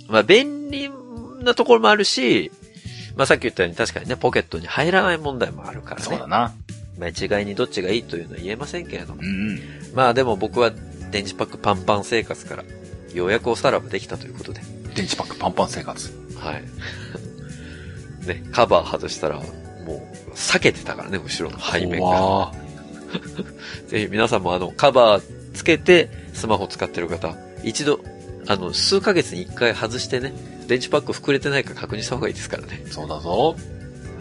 Speaker 1: う。まあ、便利なところもあるし、まあ、さっき言ったように確かにね、ポケットに入らない問題もあるから
Speaker 2: そう
Speaker 1: ね
Speaker 2: だ。な。
Speaker 1: まあ、一概にどっちがいいというのは言えませんけれども
Speaker 2: う。んうん。
Speaker 1: まあ、でも僕は電池パックパンパン生活から、ようやくおさらばできたということで。
Speaker 2: 電池パックパンパン生活。
Speaker 1: はい。 ね、カバー外したら、もう、避けてたからね、後ろの背面が。
Speaker 2: 怖ー
Speaker 1: ぜひ皆さんもあの、カバーつけてスマホ使ってる方、一度、あの、数ヶ月に一回外してね、電池パック膨れてないか確認した方がいいですからね。
Speaker 2: そうだぞ。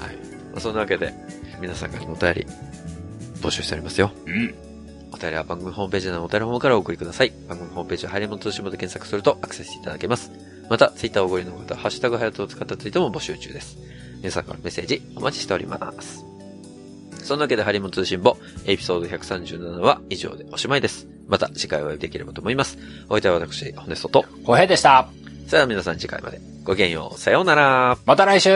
Speaker 1: はい。まあ、そんなわけで、皆さんからのお便り、募集しておりますよ。
Speaker 2: うん。
Speaker 1: お便りは番組ホームページのお便りフォームからお送りください。番組ホームページはハリモン通信簿で検索するとアクセスいただけます。また、ツイッターをご利用の方、ハッシュタグハヤトを使ったツイートも募集中です。皆さんからのメッセージお待ちしております。そんなわけでハリモン通信簿、エピソード137は以上でおしまいです。また次回お会いできればと思います。お相手は私、ホネストと。
Speaker 2: 小平でした。
Speaker 1: さあ皆さん次回まで。ごきげんよう。さようなら。
Speaker 2: また来週